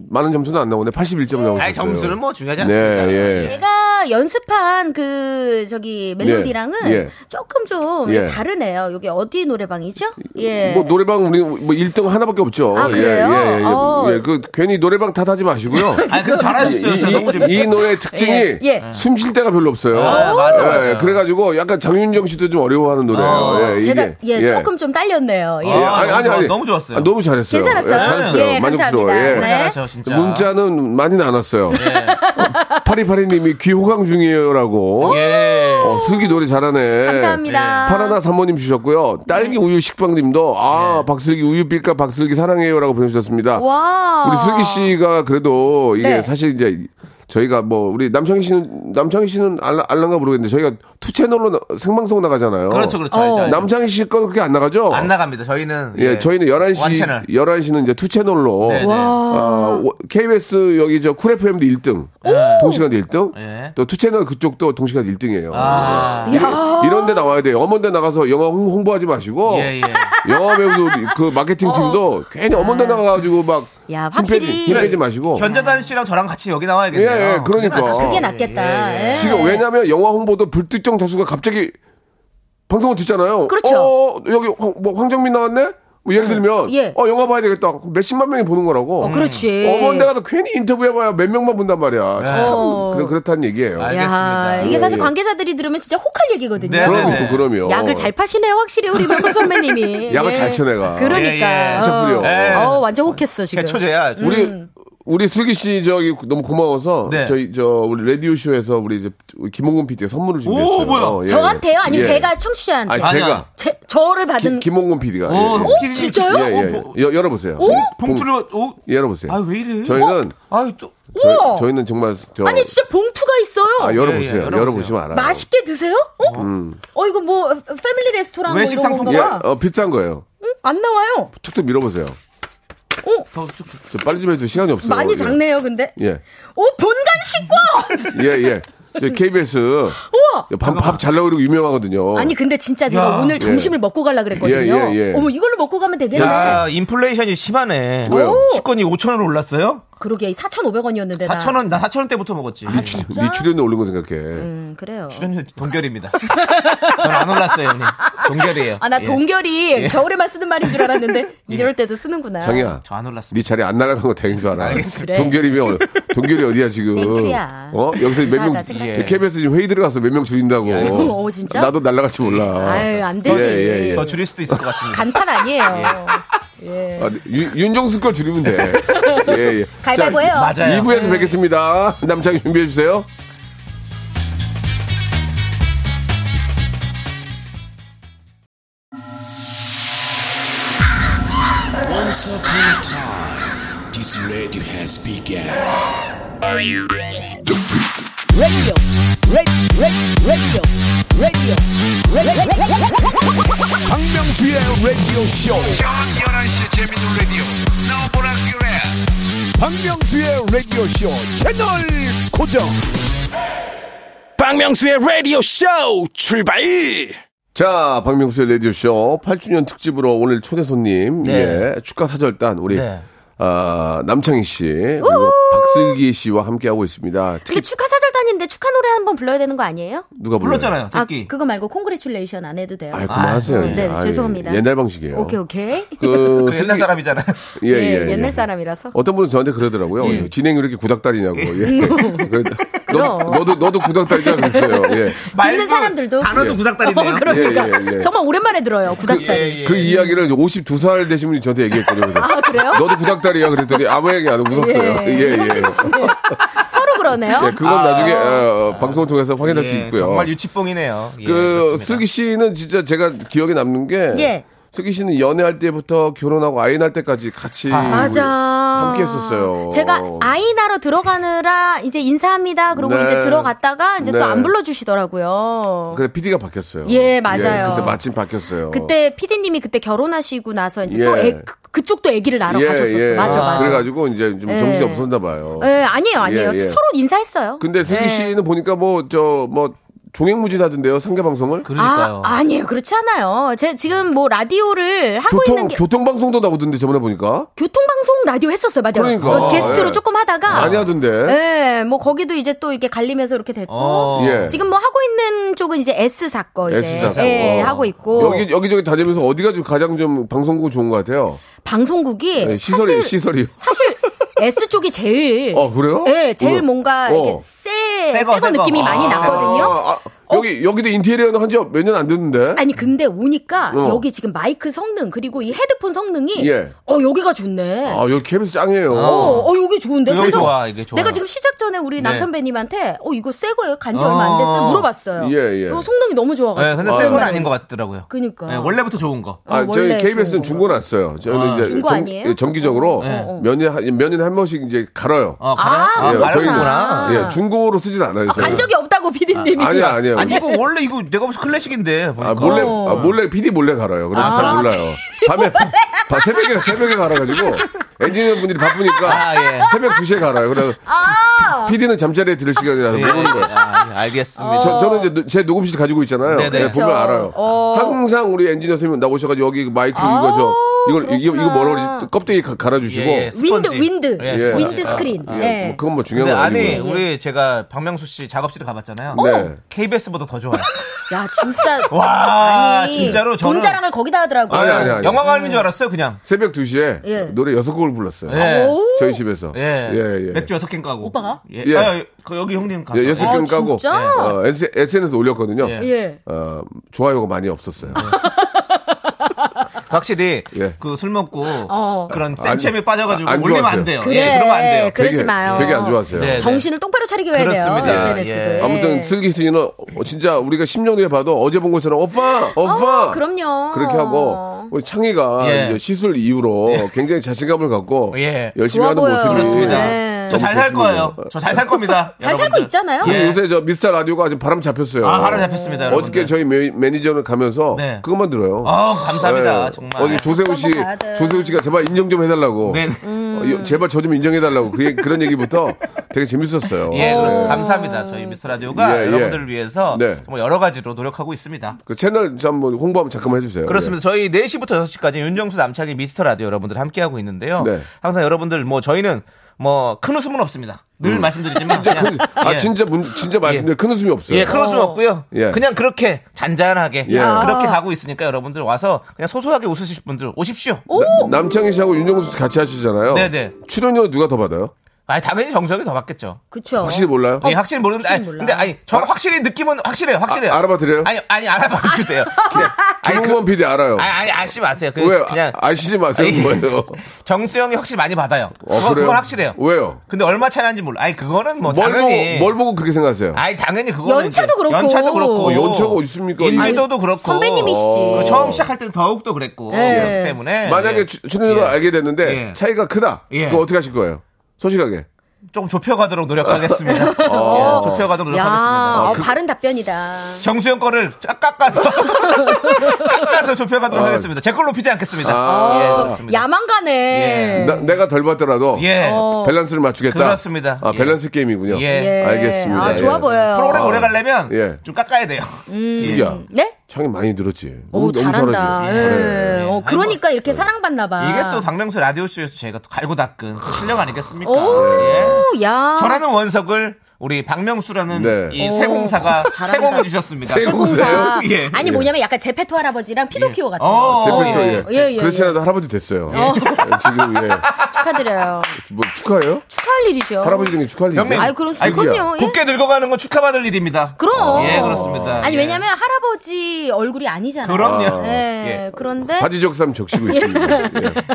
[SPEAKER 1] 많은 점수는 안 나오네. 81점 나오셨어요.
[SPEAKER 6] 아니, 점수는 뭐 중요하지
[SPEAKER 1] 네,
[SPEAKER 6] 않습니다.
[SPEAKER 1] 예.
[SPEAKER 5] 제가 연습한 그 저기 멜로디랑은
[SPEAKER 1] 예, 예.
[SPEAKER 5] 조금 좀
[SPEAKER 1] 예.
[SPEAKER 5] 다르네요. 여기 어디 노래방이죠? 예.
[SPEAKER 1] 뭐 노래방 우리 뭐 1등 하나밖에 없죠.
[SPEAKER 5] 아, 그래요?
[SPEAKER 1] 예, 예, 예.
[SPEAKER 5] 어.
[SPEAKER 1] 예, 그 괜히 노래방 탓하지 마시고요.
[SPEAKER 5] [LAUGHS]
[SPEAKER 6] 아니, 그 잘하셨어요. 저 너무
[SPEAKER 1] 이, 이, 이 노래의 특징이
[SPEAKER 5] 예, 예.
[SPEAKER 1] 숨 쉴 때가 별로 없어요. 예,
[SPEAKER 6] 아, 맞아, 맞아.
[SPEAKER 1] 그래가지고 약간 장윤정 씨도 좀 어려워하는 노래예요. 예,
[SPEAKER 5] 제가
[SPEAKER 1] 이게.
[SPEAKER 5] 예, 조금 좀 딸렸네요. 예.
[SPEAKER 1] 예,
[SPEAKER 6] 아,
[SPEAKER 1] 아니, 아니, 아니.
[SPEAKER 6] 너무 좋아- 너무 좋았어요.
[SPEAKER 1] 아, 너무 잘했어요.
[SPEAKER 5] 괜찮았어요?
[SPEAKER 1] 예, 잘했어요.
[SPEAKER 5] 예,
[SPEAKER 1] 만족스러워.
[SPEAKER 5] 감사합니다.
[SPEAKER 1] 예.
[SPEAKER 5] 네.
[SPEAKER 6] 잘하셔, 진짜.
[SPEAKER 1] 문자는 많이는 안 왔어요.
[SPEAKER 6] 네.
[SPEAKER 1] [LAUGHS] 파리파리님이 귀 호강 중이에요라고.
[SPEAKER 6] 예.
[SPEAKER 1] 어, 슬기 노래 잘하네.
[SPEAKER 5] 감사합니다. 네.
[SPEAKER 1] 파라나 사모님 주셨고요. 딸기 우유 식빵님도 아
[SPEAKER 6] 네.
[SPEAKER 1] 박슬기 우유 빌값 박슬기 사랑해요라고 보내주셨습니다.
[SPEAKER 5] 와.
[SPEAKER 1] 우리 슬기 씨가 그래도 이게
[SPEAKER 5] 아. 네.
[SPEAKER 1] 사실 이제 저희가 뭐 우리 남창희 씨는 남창희 씨는 알라, 알란가 모르겠는데 저희가 투 채널로 나- 생방송 나가잖아요.
[SPEAKER 6] 그렇죠, 그렇죠.
[SPEAKER 5] 어.
[SPEAKER 6] 알죠, 알죠.
[SPEAKER 1] 남창희 씨 건 그렇게 안 나가죠?
[SPEAKER 6] 안 나갑니다. 저희는.
[SPEAKER 1] 예, 저희는 11시
[SPEAKER 6] 원 채널.
[SPEAKER 1] 11시는 이제 투 채널로
[SPEAKER 6] 네, 네.
[SPEAKER 1] 아, 워- KBS 여기 저 쿨 FM도 1등, 동시간대 1등,
[SPEAKER 6] 예.
[SPEAKER 1] 또 투채널 그쪽도 동시간대 1등이에요. 예.
[SPEAKER 6] 아.
[SPEAKER 1] 이런 데 나와야 돼요. 어먼데 나가서 영화 홍- 홍보하지 마시고
[SPEAKER 6] 예, 예.
[SPEAKER 1] 영화 배우도 그 마케팅 팀도 괜히 어먼데 나가가지고 막
[SPEAKER 5] 어. 아. 야,
[SPEAKER 1] 힘 빼지-
[SPEAKER 5] 확실히.
[SPEAKER 1] 힘 빼지 마시고
[SPEAKER 6] 견자단 씨랑 저랑 같이 여기
[SPEAKER 1] 어. 예,
[SPEAKER 6] 나와야겠네요.
[SPEAKER 1] 예, 그러니까
[SPEAKER 5] 그게 낫겠다. 예.
[SPEAKER 1] 지금 왜냐면 영화 홍보도 불특정 다수가 갑자기 방송을 듣잖아요.
[SPEAKER 5] 그렇죠.
[SPEAKER 1] 어, 여기 황, 뭐 황정민 나왔네? 뭐 예를 들면
[SPEAKER 5] 예.
[SPEAKER 1] 어 영화 봐야 되겠다. 그럼 몇십만 명이 보는 거라고.
[SPEAKER 5] 어, 그렇지.
[SPEAKER 1] 음. 어머니가 또 괜히 인터뷰해봐야 몇 명만 본단 말이야.
[SPEAKER 5] 어.
[SPEAKER 1] 참, 그래, 그렇다는 얘기예요.
[SPEAKER 6] 네. 아,
[SPEAKER 5] 야,
[SPEAKER 6] 알겠습니다.
[SPEAKER 5] 이게 사실
[SPEAKER 1] 예, 예.
[SPEAKER 5] 관계자들이 들으면 진짜 혹할 얘기거든요.
[SPEAKER 6] 네,
[SPEAKER 1] 그럼요,
[SPEAKER 6] 네네.
[SPEAKER 1] 그럼요.
[SPEAKER 5] 약을 잘 파시네요, 확실히 우리 명수 선배님이.
[SPEAKER 1] [LAUGHS] 약을
[SPEAKER 5] 예.
[SPEAKER 1] 잘 쳐, 내가.
[SPEAKER 5] 그러니까.
[SPEAKER 6] 예, 예.
[SPEAKER 1] 진짜 뿌려. 예.
[SPEAKER 6] 예.
[SPEAKER 5] 어, 완전 혹했어 지금.
[SPEAKER 6] 개초제야.
[SPEAKER 5] 음.
[SPEAKER 1] 우리 우리 슬기 씨 저기 너무 고마워서
[SPEAKER 6] 네.
[SPEAKER 1] 저희 저 우리 라디오 쇼에서 우리 이제 김홍근 PD가 선물을 준비했어요.
[SPEAKER 6] 뭐야.
[SPEAKER 1] 예.
[SPEAKER 5] 저한테요? 아니면
[SPEAKER 1] 예.
[SPEAKER 5] 제가 음. 청취자한테?
[SPEAKER 1] 아니
[SPEAKER 6] 아니,
[SPEAKER 1] 제가
[SPEAKER 5] 제, 저를
[SPEAKER 1] 김,
[SPEAKER 5] 받은
[SPEAKER 1] 김홍근 PD가.
[SPEAKER 6] 오, 피디님
[SPEAKER 5] 진짜요?
[SPEAKER 1] 예, 예,
[SPEAKER 6] 어,
[SPEAKER 1] 예. 여, 열어보세요.
[SPEAKER 5] 오?
[SPEAKER 1] 예, 봉-
[SPEAKER 6] 봉투를 오.
[SPEAKER 1] 예, 열어보세요.
[SPEAKER 6] 아, 왜 이래?
[SPEAKER 1] 저희는
[SPEAKER 6] 아유 또
[SPEAKER 5] 우와.
[SPEAKER 1] 저, 희는 정말 저
[SPEAKER 5] 아니 진짜 봉투가 있어요.
[SPEAKER 1] 아, 열어보세요.
[SPEAKER 6] 예, 예, 열어보세요.
[SPEAKER 1] 열어보시면 알아요.
[SPEAKER 5] 맛있게 드세요? 어? 어 이거 뭐 패밀리 레스토랑 뭐
[SPEAKER 6] 외식
[SPEAKER 5] 이런
[SPEAKER 6] 상품?
[SPEAKER 5] 건가
[SPEAKER 1] 예,
[SPEAKER 5] 봐.
[SPEAKER 1] 어, 비싼 거예요.
[SPEAKER 5] 응? 안 나와요.
[SPEAKER 1] 툭툭 밀어보세요.
[SPEAKER 5] 오,
[SPEAKER 6] 더 쭉쭉.
[SPEAKER 1] 저 빨리 좀 해줘 시간이 없어요.
[SPEAKER 5] 많이 작네요, 근데.
[SPEAKER 1] 예,
[SPEAKER 5] 오, 본관 식권!
[SPEAKER 1] [LAUGHS] 예, 예. 저 KBS 어.
[SPEAKER 5] 우와!
[SPEAKER 1] 밥잘 나오고 유명하거든요.
[SPEAKER 5] 어. 아니, 근데 진짜 내가
[SPEAKER 6] 야.
[SPEAKER 5] 오늘 점심을 먹고 갈라 그랬거든요.
[SPEAKER 1] 예, 예, 예.
[SPEAKER 5] 어머, 이걸로 먹고 가면 되겠네.
[SPEAKER 6] 야, 인플레이션이 심하네.
[SPEAKER 1] 왜요?
[SPEAKER 5] 오.
[SPEAKER 6] 식권이 5,000원 올랐어요?
[SPEAKER 5] 그러게, 4,500원이었는데.
[SPEAKER 6] 4,000원, 나 4,000원 때부터 먹었지.
[SPEAKER 1] 네 출연료 오른 거 생각해.
[SPEAKER 5] 음, 그래요.
[SPEAKER 6] 출연료 동결입니다. 전 안 올랐어요, 형님. 동결이에요.
[SPEAKER 5] 아, 나
[SPEAKER 6] 예.
[SPEAKER 5] 동결이 겨울에만 쓰는 말인
[SPEAKER 1] [LAUGHS]
[SPEAKER 5] 줄 알았는데,
[SPEAKER 1] 예.
[SPEAKER 5] 이럴 때도 쓰는구나.
[SPEAKER 1] 장이야.
[SPEAKER 6] 저안 올랐습니다.
[SPEAKER 1] 네 자리 안 날아간 거 다행인 줄 알아.
[SPEAKER 5] 알겠습니다.
[SPEAKER 1] 동결이면 어- 동결이 어디야 지금?
[SPEAKER 5] 땡큐야.
[SPEAKER 1] 어 여기서 몇 명
[SPEAKER 5] 네, 이상하다 생각해.
[SPEAKER 1] KBS 지금 회의 들어가서 몇 명 줄인다고.
[SPEAKER 5] 어, 진짜?
[SPEAKER 1] 나도 날아갈지 몰라.
[SPEAKER 5] 아유, 안 되지.
[SPEAKER 1] 예, 예, 예.
[SPEAKER 6] 더 줄일 수도 있을 것 같습니다.
[SPEAKER 5] 간판
[SPEAKER 1] [LAUGHS]
[SPEAKER 5] 아니에요. 예.
[SPEAKER 1] 아, 윤- 윤정수 걸 줄이면 돼. 예, 예.
[SPEAKER 5] 가위바위보 해요.
[SPEAKER 6] 맞아요.
[SPEAKER 1] 2부에서 뵙겠습니다. 남창이 준비해 주세요.
[SPEAKER 2] Once upon a time, this radio has begun.
[SPEAKER 3] 박명수의 라디오 쇼. 박명수의 라디오 쇼 채널 고정.
[SPEAKER 2] 박명수의 라디오 쇼 출발!
[SPEAKER 1] 자, 박명수의 라디오쇼 8주년 특집으로 오늘 초대 손님,
[SPEAKER 6] 네.
[SPEAKER 1] 예, 축하 사절단, 우리,
[SPEAKER 6] 네.
[SPEAKER 1] 아, 남창희 씨, 그리고 박슬기 씨와 함께하고 있습니다. 특히
[SPEAKER 5] 근데 축하 사절단인데 축하 노래 한 번 불러야 되는 거 아니에요?
[SPEAKER 1] 누가 불러요?
[SPEAKER 6] 불렀잖아요,
[SPEAKER 5] 아,
[SPEAKER 6] 듣기.
[SPEAKER 5] 그거 말고 콩그레츄레이션 안 해도 돼요.
[SPEAKER 1] 아이, 그만하세요.
[SPEAKER 5] 네,
[SPEAKER 1] 이제.
[SPEAKER 5] 네,
[SPEAKER 1] 아이,
[SPEAKER 5] 죄송합니다.
[SPEAKER 1] 옛날 방식이에요.
[SPEAKER 5] 오케이, 오케이. [LAUGHS]
[SPEAKER 1] 그,
[SPEAKER 6] 그 옛날 사람이잖아요.
[SPEAKER 1] 예,
[SPEAKER 5] 예,
[SPEAKER 1] 예, 예.
[SPEAKER 5] 옛날 사람이라서. 네.
[SPEAKER 1] 어떤 분은 저한테 그러더라고요. 진행이 이렇게 구닥다리냐고. 예.
[SPEAKER 5] [LAUGHS]
[SPEAKER 1] 그래도 너,
[SPEAKER 5] 그럼.
[SPEAKER 1] 너도, 너도 구닥다리냐 그랬어요. 예.
[SPEAKER 5] 듣는 사람들도.
[SPEAKER 6] 단어도
[SPEAKER 1] 예.
[SPEAKER 6] 구닥다리네요.
[SPEAKER 5] 그러니까.
[SPEAKER 1] 예, 예, 예.
[SPEAKER 5] 정말 오랜만에 들어요, 구닥다리.
[SPEAKER 6] 예, 예.
[SPEAKER 1] 그 이야기를 52살 되신 분이 저한테 얘기했거든요. 그래서
[SPEAKER 5] 아, 그래요?
[SPEAKER 1] [LAUGHS] 너도 구닥다리야 그랬더니 아무 얘기 안 하고 웃었어요.
[SPEAKER 5] 예.
[SPEAKER 1] [LAUGHS] 예, 예.
[SPEAKER 5] 서로 그러네요.
[SPEAKER 1] 예, 그건 나중에 어, 어, 방송을 통해서 확인할 수
[SPEAKER 6] 아, 예,
[SPEAKER 1] 있고요.
[SPEAKER 6] 정말 유치뽕이네요. 예,
[SPEAKER 1] 그
[SPEAKER 6] 그렇습니다.
[SPEAKER 1] 슬기 씨는 진짜 제가 기억에 남는 게
[SPEAKER 5] 예.
[SPEAKER 1] 슬기 씨는 연애할 때부터 결혼하고 아이 낳을 때까지 같이
[SPEAKER 5] 맞아.
[SPEAKER 1] 함께 했었어요.
[SPEAKER 5] 제가 아이 나러 들어가느라 이제 인사합니다. 그러고
[SPEAKER 1] 네.
[SPEAKER 5] 이제 들어갔다가 이제
[SPEAKER 1] 네. 그,
[SPEAKER 5] 또 안 불러주시더라고요.
[SPEAKER 1] 근데 PD가 바뀌었어요.
[SPEAKER 5] 예, 맞아요.
[SPEAKER 1] 그때 마침 바뀌었어요.
[SPEAKER 5] 그때 피디님이 그때 결혼하시고 나서 이제 또
[SPEAKER 1] 예.
[SPEAKER 5] 애, 그, 쪽도 애기를 낳으러
[SPEAKER 1] 예,
[SPEAKER 5] 가셨었어.
[SPEAKER 1] 예.
[SPEAKER 5] 맞아, 맞아.
[SPEAKER 1] 그래가지고 이제 좀 정신이
[SPEAKER 5] 예.
[SPEAKER 1] 없었나 봐요.
[SPEAKER 5] 예, 아니에요, 아니에요.
[SPEAKER 1] 예, 예.
[SPEAKER 5] 서로 인사했어요.
[SPEAKER 1] 근데 슬기
[SPEAKER 5] 예.
[SPEAKER 1] 씨는 보니까 뭐 저 뭐 종횡무진하던데요 상계 방송을.
[SPEAKER 6] 그러니까요.
[SPEAKER 5] 아, 아니에요. 그렇지 않아요. 제 지금 뭐 라디오를 하고
[SPEAKER 1] 교통
[SPEAKER 5] 있는 게
[SPEAKER 1] 교통 방송도 나오던데 저번에 보니까
[SPEAKER 5] 교통방송 라디오 했었어요. 맞아요.
[SPEAKER 1] 그러니까.
[SPEAKER 5] 어, 게스트로
[SPEAKER 1] 예.
[SPEAKER 5] 조금 하다가
[SPEAKER 1] 많이 하던데.
[SPEAKER 5] 예, 뭐 거기도 이제 또 이렇게 갈리면서 이렇게 됐고
[SPEAKER 6] 어.
[SPEAKER 1] 예.
[SPEAKER 5] 지금 뭐 하고 있는 쪽은 이제 S 사건 이제
[SPEAKER 1] S 사건.
[SPEAKER 5] 예, 하고 있고
[SPEAKER 1] 여기 여기저기 다니면서 어디가 좀 가장 좀 방송국 좋은 것 같아요.
[SPEAKER 5] 방송국이
[SPEAKER 1] 네, 시설이
[SPEAKER 5] 사실
[SPEAKER 1] 시설이.
[SPEAKER 5] 사실 S 쪽이 제일
[SPEAKER 1] 어 그래요?
[SPEAKER 5] 예, 제일
[SPEAKER 1] 그-
[SPEAKER 5] 뭔가
[SPEAKER 1] 어.
[SPEAKER 5] 이렇게 세,
[SPEAKER 6] 새거,
[SPEAKER 5] 새거
[SPEAKER 6] 새거.
[SPEAKER 5] 느낌이 많이
[SPEAKER 6] 아.
[SPEAKER 5] 나거든요. 어.
[SPEAKER 1] 아, 아, 여기 여기도 인테리어는 한 지 몇 년 안 됐는데.
[SPEAKER 5] 아니 근데 오니까
[SPEAKER 1] 어.
[SPEAKER 5] 여기 지금 마이크 성능 그리고 이 헤드폰 성능이
[SPEAKER 1] 예.
[SPEAKER 5] 어 여기가 좋네.
[SPEAKER 1] 아 여기 KBS 짱이에요.
[SPEAKER 5] 어, 어 여기 좋은데.
[SPEAKER 6] 여기
[SPEAKER 5] 그래서
[SPEAKER 6] 좋아, 이게 좋아요.
[SPEAKER 5] 내가 지금 시작 전에 우리 남
[SPEAKER 6] 네.
[SPEAKER 5] 선배님한테 어 이거 새 거예요? 간지 얼마 안 됐어요?
[SPEAKER 6] 어.
[SPEAKER 5] 물어봤어요.
[SPEAKER 1] 예, 예.
[SPEAKER 5] 이거 성능이 너무 좋아가지고.
[SPEAKER 1] 네,
[SPEAKER 6] 예, 근데 새 건 아닌 것 같더라고요.
[SPEAKER 5] 그러니까.
[SPEAKER 6] 예, 원래부터 좋은 거.
[SPEAKER 1] 아,
[SPEAKER 5] 어,
[SPEAKER 1] 저희
[SPEAKER 5] 원래
[SPEAKER 1] KBS는
[SPEAKER 5] 좋은
[SPEAKER 1] 중고 났어요. 저희는
[SPEAKER 6] 아.
[SPEAKER 1] 이제
[SPEAKER 5] 중고
[SPEAKER 1] 정-
[SPEAKER 5] 아니에요?
[SPEAKER 1] 예, 정기적으로
[SPEAKER 5] 어, 어, 어.
[SPEAKER 1] 몇년 몇 년에 한 번씩 이제 갈아요.
[SPEAKER 6] 어, 가요?
[SPEAKER 5] 아,
[SPEAKER 1] 예,
[SPEAKER 5] 그렇구나.
[SPEAKER 6] 가는구나.
[SPEAKER 1] 예, 중고로 쓰진 않아요. 저희는.
[SPEAKER 5] 간 적이 없다고 비디님이.
[SPEAKER 1] 아니야, 아니야.
[SPEAKER 6] 네. 아니 이거 원래 이거 내가 무슨 클래식인데. 보니까.
[SPEAKER 1] 예, 아, 몰래,
[SPEAKER 5] 어.
[SPEAKER 1] 아, 몰래, PD 몰래 갈아요. 그래서
[SPEAKER 6] 아.
[SPEAKER 1] 잘 몰라요. 밤에, 밤- 새벽에, 새벽에 갈아가지고, 엔지니어 분들이 바쁘니까,
[SPEAKER 6] 아, 예.
[SPEAKER 1] 새벽 2시에 갈아요. 그래서, PD는 잠자리에 들을 시간이라서
[SPEAKER 6] 예,
[SPEAKER 1] 모르는
[SPEAKER 6] 예,
[SPEAKER 1] 거예요.
[SPEAKER 6] 아, 예, 알겠습니다.
[SPEAKER 1] 저, 저는 이제 노- 제 녹음실 가지고 있잖아요.
[SPEAKER 6] 네네.
[SPEAKER 1] 예, 보면
[SPEAKER 5] 그렇죠.
[SPEAKER 1] 알아요.
[SPEAKER 5] 어.
[SPEAKER 1] 항상 우리 엔지니어 선생님 나오셔가지고 여기 마이크 이거 저 이걸 이거, 이거 뭐라 그러지 껍데기 가- 갈아주시고
[SPEAKER 6] 예, 예,
[SPEAKER 5] 윈드,
[SPEAKER 6] 스펀지.
[SPEAKER 5] 윈드.
[SPEAKER 6] 예,
[SPEAKER 1] 예.
[SPEAKER 6] 스펀지.
[SPEAKER 5] 윈드 스크린.
[SPEAKER 1] 예,
[SPEAKER 5] 예.
[SPEAKER 1] 뭐 그건 뭐 중요한
[SPEAKER 6] 근데
[SPEAKER 1] 건 아니고.
[SPEAKER 6] 아니 어? 우리 제가 박명수 씨 작업실에 가봤잖아요.
[SPEAKER 1] 네.
[SPEAKER 6] KBS보다 더 좋아요.
[SPEAKER 5] 야, 진짜.
[SPEAKER 6] [LAUGHS] 와,
[SPEAKER 5] 아니,
[SPEAKER 6] 진짜로 저는-
[SPEAKER 5] 돈 자랑을 거기다 하더라고요.
[SPEAKER 1] 아니, 아니, 아니.
[SPEAKER 6] 영화관인 줄 알았어요, 그냥.
[SPEAKER 1] 새벽 2시에
[SPEAKER 5] 예.
[SPEAKER 1] 노래 여섯 곡을 불렀어요.
[SPEAKER 6] 예.
[SPEAKER 5] 오.
[SPEAKER 1] 저희 집에서.
[SPEAKER 6] 예.
[SPEAKER 1] 예, 예.
[SPEAKER 6] 맥주 여섯 캔 까고. 오빠가? 예.
[SPEAKER 1] 예.
[SPEAKER 6] 아, 그 여기 형님 가서.
[SPEAKER 1] 예, 여섯
[SPEAKER 5] 아,
[SPEAKER 1] 개 까고
[SPEAKER 5] 진짜?
[SPEAKER 1] 어, SNS 에 올렸거든요.
[SPEAKER 6] 예.
[SPEAKER 5] 예.
[SPEAKER 1] 어, 좋아요가 많이 없었어요.
[SPEAKER 6] 확실히
[SPEAKER 1] 예. 아,
[SPEAKER 6] 그 술 먹고
[SPEAKER 5] 어.
[SPEAKER 6] 그런
[SPEAKER 1] 안-
[SPEAKER 6] 센체에 빠져가지고
[SPEAKER 1] 안
[SPEAKER 6] 올리면
[SPEAKER 1] 좋아하세요.
[SPEAKER 6] 안 돼요.
[SPEAKER 5] 그래.
[SPEAKER 6] 예, 그러면 안 돼요.
[SPEAKER 5] 그러지
[SPEAKER 1] 되게,
[SPEAKER 5] 마요.
[SPEAKER 1] 되게 안 좋아하세요.
[SPEAKER 6] 네.
[SPEAKER 5] 정신을 똑바로 차리게 해야 돼요.
[SPEAKER 6] 그렇습니다.
[SPEAKER 5] SNS도.
[SPEAKER 6] 예.
[SPEAKER 1] 아무튼 슬기 씨는 어, 진짜 우리가 10년 후에 봐도 어제 본 것처럼 오빠, 오빠.
[SPEAKER 5] 어, 그럼요.
[SPEAKER 1] 그렇게 하고 우리 창희가
[SPEAKER 6] 예.
[SPEAKER 1] 이제 시술 이후로 굉장히 자신감을 갖고
[SPEAKER 6] 예.
[SPEAKER 1] 열심히
[SPEAKER 5] 좋아
[SPEAKER 1] 하는
[SPEAKER 5] 보여요.
[SPEAKER 1] 모습이 어.
[SPEAKER 5] 그렇습니다. 네.
[SPEAKER 6] 저 잘 살 거예요. 저 잘 살 겁니다.
[SPEAKER 5] 잘 살고
[SPEAKER 6] 여러분들.
[SPEAKER 5] 있잖아요.
[SPEAKER 6] 예.
[SPEAKER 1] 요새 저 미스터 라디오가 아직 바람 잡혔어요.
[SPEAKER 6] 아, 바람 잡혔습니다.
[SPEAKER 1] 어저께
[SPEAKER 6] 여러분들.
[SPEAKER 1] 저희 매, 매니저는 가면서
[SPEAKER 6] 네.
[SPEAKER 1] 그것만 들어요.
[SPEAKER 6] 아, 감사합니다.
[SPEAKER 1] 네.
[SPEAKER 6] 정말.
[SPEAKER 1] 어제 조세호 씨,
[SPEAKER 5] 한번 가야 돼.
[SPEAKER 1] 조세호 씨가 제발 인정 좀 해달라고.
[SPEAKER 6] 네.
[SPEAKER 1] 어, 여- 제발 저 좀 인정해달라고. 그, 얘기- 그런 얘기부터 되게 재밌었어요.
[SPEAKER 6] 예, 그렇습니다.
[SPEAKER 1] 네.
[SPEAKER 6] 감사합니다. 저희 미스터 라디오가
[SPEAKER 1] 예, 예.
[SPEAKER 6] 여러분들을 위해서
[SPEAKER 1] 네.
[SPEAKER 6] 정말 여러 가지로 노력하고 있습니다.
[SPEAKER 1] 그 채널 좀 한번 홍보 한번 잠깐만 해주세요. 예.
[SPEAKER 6] 그렇습니다. 저희 4시부터 6시까지 윤정수 남창의 미스터 라디오 여러분들 함께하고 있는데요.
[SPEAKER 1] 네.
[SPEAKER 6] 항상 여러분들 뭐 저희는 뭐 큰 웃음은 없습니다. 늘
[SPEAKER 1] [LAUGHS]
[SPEAKER 6] 말씀드리지만 진짜
[SPEAKER 1] 예. 아, 진짜, 문, 진짜 말씀드려. 큰 웃음이 없어요.
[SPEAKER 6] 예, 큰 웃음 없고요.
[SPEAKER 1] 예.
[SPEAKER 6] 그냥 그렇게 잔잔하게
[SPEAKER 1] 예.
[SPEAKER 5] 아.
[SPEAKER 6] 그렇게 가고 있으니까 여러분들 와서 그냥 소소하게 웃으실 분들 오십시오.
[SPEAKER 1] 나- 남창희 씨하고 윤정수 씨 같이 하시잖아요.
[SPEAKER 6] 네네. 어.
[SPEAKER 1] 출연료 누가 더 받아요?
[SPEAKER 6] 아니 당연히 정수혁이 더 받겠죠.
[SPEAKER 5] 그쵸.
[SPEAKER 1] 확실히 몰라요?
[SPEAKER 6] 예, 확실히 모르는데
[SPEAKER 5] 어,
[SPEAKER 6] 아니,
[SPEAKER 5] 확실히 몰라.
[SPEAKER 6] 근데 아니 저 확실히 느낌은 확실해요. 확실해요.
[SPEAKER 1] 아, 알아봐드려요?
[SPEAKER 6] 아니 아니 알아봐도
[SPEAKER 1] [LAUGHS]
[SPEAKER 6] 돼요. 그냥, 아니, 그,
[SPEAKER 1] 정우원 PD 알아요.
[SPEAKER 6] 아니 아니 아시지 마세요. 그,
[SPEAKER 1] 왜?
[SPEAKER 6] 그냥
[SPEAKER 1] 아, 아시지 마세요.
[SPEAKER 6] 아니,
[SPEAKER 1] 뭐예요?
[SPEAKER 6] 정수영이 확실히 많이 받아요.
[SPEAKER 1] 어,
[SPEAKER 6] 그거,
[SPEAKER 1] 그래요?
[SPEAKER 6] 그건 확실해요.
[SPEAKER 1] 왜요?
[SPEAKER 6] 근데 얼마 차이 나는지 몰라. 아니 그거는 뭐
[SPEAKER 1] 뭘 보고,
[SPEAKER 6] 당연히
[SPEAKER 1] 뭘 보고 그렇게 생각하세요?
[SPEAKER 6] 아니 당연히 그거는
[SPEAKER 5] 연차도
[SPEAKER 6] 이제
[SPEAKER 5] 그렇고.
[SPEAKER 6] 연차도 그렇고
[SPEAKER 5] 어,
[SPEAKER 1] 연차가 있습니까? 어.
[SPEAKER 6] 인지도도 그렇고
[SPEAKER 5] 선배님이시지.
[SPEAKER 6] 그 처음 시작할 때는 더욱더 그랬고
[SPEAKER 5] 예.
[SPEAKER 6] 그렇기 때문에
[SPEAKER 1] 만약에
[SPEAKER 6] 예.
[SPEAKER 1] 추- 출연료를
[SPEAKER 6] 예.
[SPEAKER 1] 알게 됐는데
[SPEAKER 6] 예.
[SPEAKER 1] 차이가 크다.
[SPEAKER 6] 예.
[SPEAKER 1] 그거 어떻게 하실 거예요? 소식하게.
[SPEAKER 6] 조금
[SPEAKER 5] [LAUGHS]
[SPEAKER 6] 좁혀가도록 노력하겠습니다.
[SPEAKER 1] 어.
[SPEAKER 6] 예, 좁혀가도록
[SPEAKER 5] 야,
[SPEAKER 6] 노력하겠습니다. 아, 그-
[SPEAKER 5] 어, 바른 답변이다.
[SPEAKER 6] 정수영 거를 쫙 깎아서 [LAUGHS] 깎아서 좁혀가도록
[SPEAKER 5] 어.
[SPEAKER 1] 아.
[SPEAKER 6] 하겠습니다. 제 걸 높이지 않겠습니다.
[SPEAKER 1] 아.
[SPEAKER 6] 예, 그렇습니다.
[SPEAKER 5] 야망가네.
[SPEAKER 6] 예.
[SPEAKER 1] 나- 내가 덜 받더라도
[SPEAKER 6] 예.
[SPEAKER 5] 어.
[SPEAKER 1] 밸런스를 맞추겠다.
[SPEAKER 6] 그렇습니다.
[SPEAKER 1] 아,
[SPEAKER 6] 예.
[SPEAKER 1] 밸런스 게임이군요.
[SPEAKER 6] 예.
[SPEAKER 5] 예.
[SPEAKER 1] 알겠습니다.
[SPEAKER 5] 아, 좋아
[SPEAKER 1] 예.
[SPEAKER 5] 보여요.
[SPEAKER 6] 프로그램 오래 가려면
[SPEAKER 1] 예.
[SPEAKER 6] 좀 깎아야 돼요. 예.
[SPEAKER 1] 슬기야,
[SPEAKER 5] 네?
[SPEAKER 1] 예. 창이 많이 늘었지. 너무,
[SPEAKER 5] 오,
[SPEAKER 1] 너무
[SPEAKER 5] 잘한다.
[SPEAKER 1] 잘하지.
[SPEAKER 5] 예.
[SPEAKER 1] 잘해.
[SPEAKER 5] 어, 그러니까 이렇게 사랑받나 봐.
[SPEAKER 6] 뭐, 이게 또 박명수 라디오 쇼에서 제가 또 갈고 닦은 실력 아니겠습니까? 예.
[SPEAKER 5] 오, 야.
[SPEAKER 6] 저라는 원석을 우리 박명수라는
[SPEAKER 1] 네.
[SPEAKER 6] 이 세공사가 세공해 주셨습니다.
[SPEAKER 1] 세공사요? [LAUGHS]
[SPEAKER 5] 공사.
[SPEAKER 6] 예.
[SPEAKER 5] 아니
[SPEAKER 1] 예.
[SPEAKER 5] 뭐냐면 약간 제페토 할아버지랑 피노키오 같은 거.
[SPEAKER 6] 어,
[SPEAKER 1] 제페토,
[SPEAKER 5] 어,
[SPEAKER 1] 예.
[SPEAKER 5] 예, 예,
[SPEAKER 1] 그렇지
[SPEAKER 5] 예.
[SPEAKER 1] 않아도 할아버지 됐어요. 예, 지금, 예. [LAUGHS]
[SPEAKER 5] 축하드려요.
[SPEAKER 1] 뭐 축하해요?
[SPEAKER 5] 축하할 일이죠.
[SPEAKER 1] 할아버지 등에 축하할 일이
[SPEAKER 6] 명님.
[SPEAKER 5] 아유, 그럼
[SPEAKER 6] 아이,
[SPEAKER 5] 그럼요. 예.
[SPEAKER 6] 곱게 늙어가는 건 축하받을 일입니다.
[SPEAKER 5] 그럼.
[SPEAKER 1] 어.
[SPEAKER 6] 예, 그렇습니다.
[SPEAKER 5] 아니
[SPEAKER 6] 예.
[SPEAKER 5] 왜냐면 할아버지 얼굴이 아니잖아요.
[SPEAKER 6] 그럼요.
[SPEAKER 5] 예.
[SPEAKER 6] 예.
[SPEAKER 5] 그런데
[SPEAKER 1] 바지 적삼 적시고 있습니다.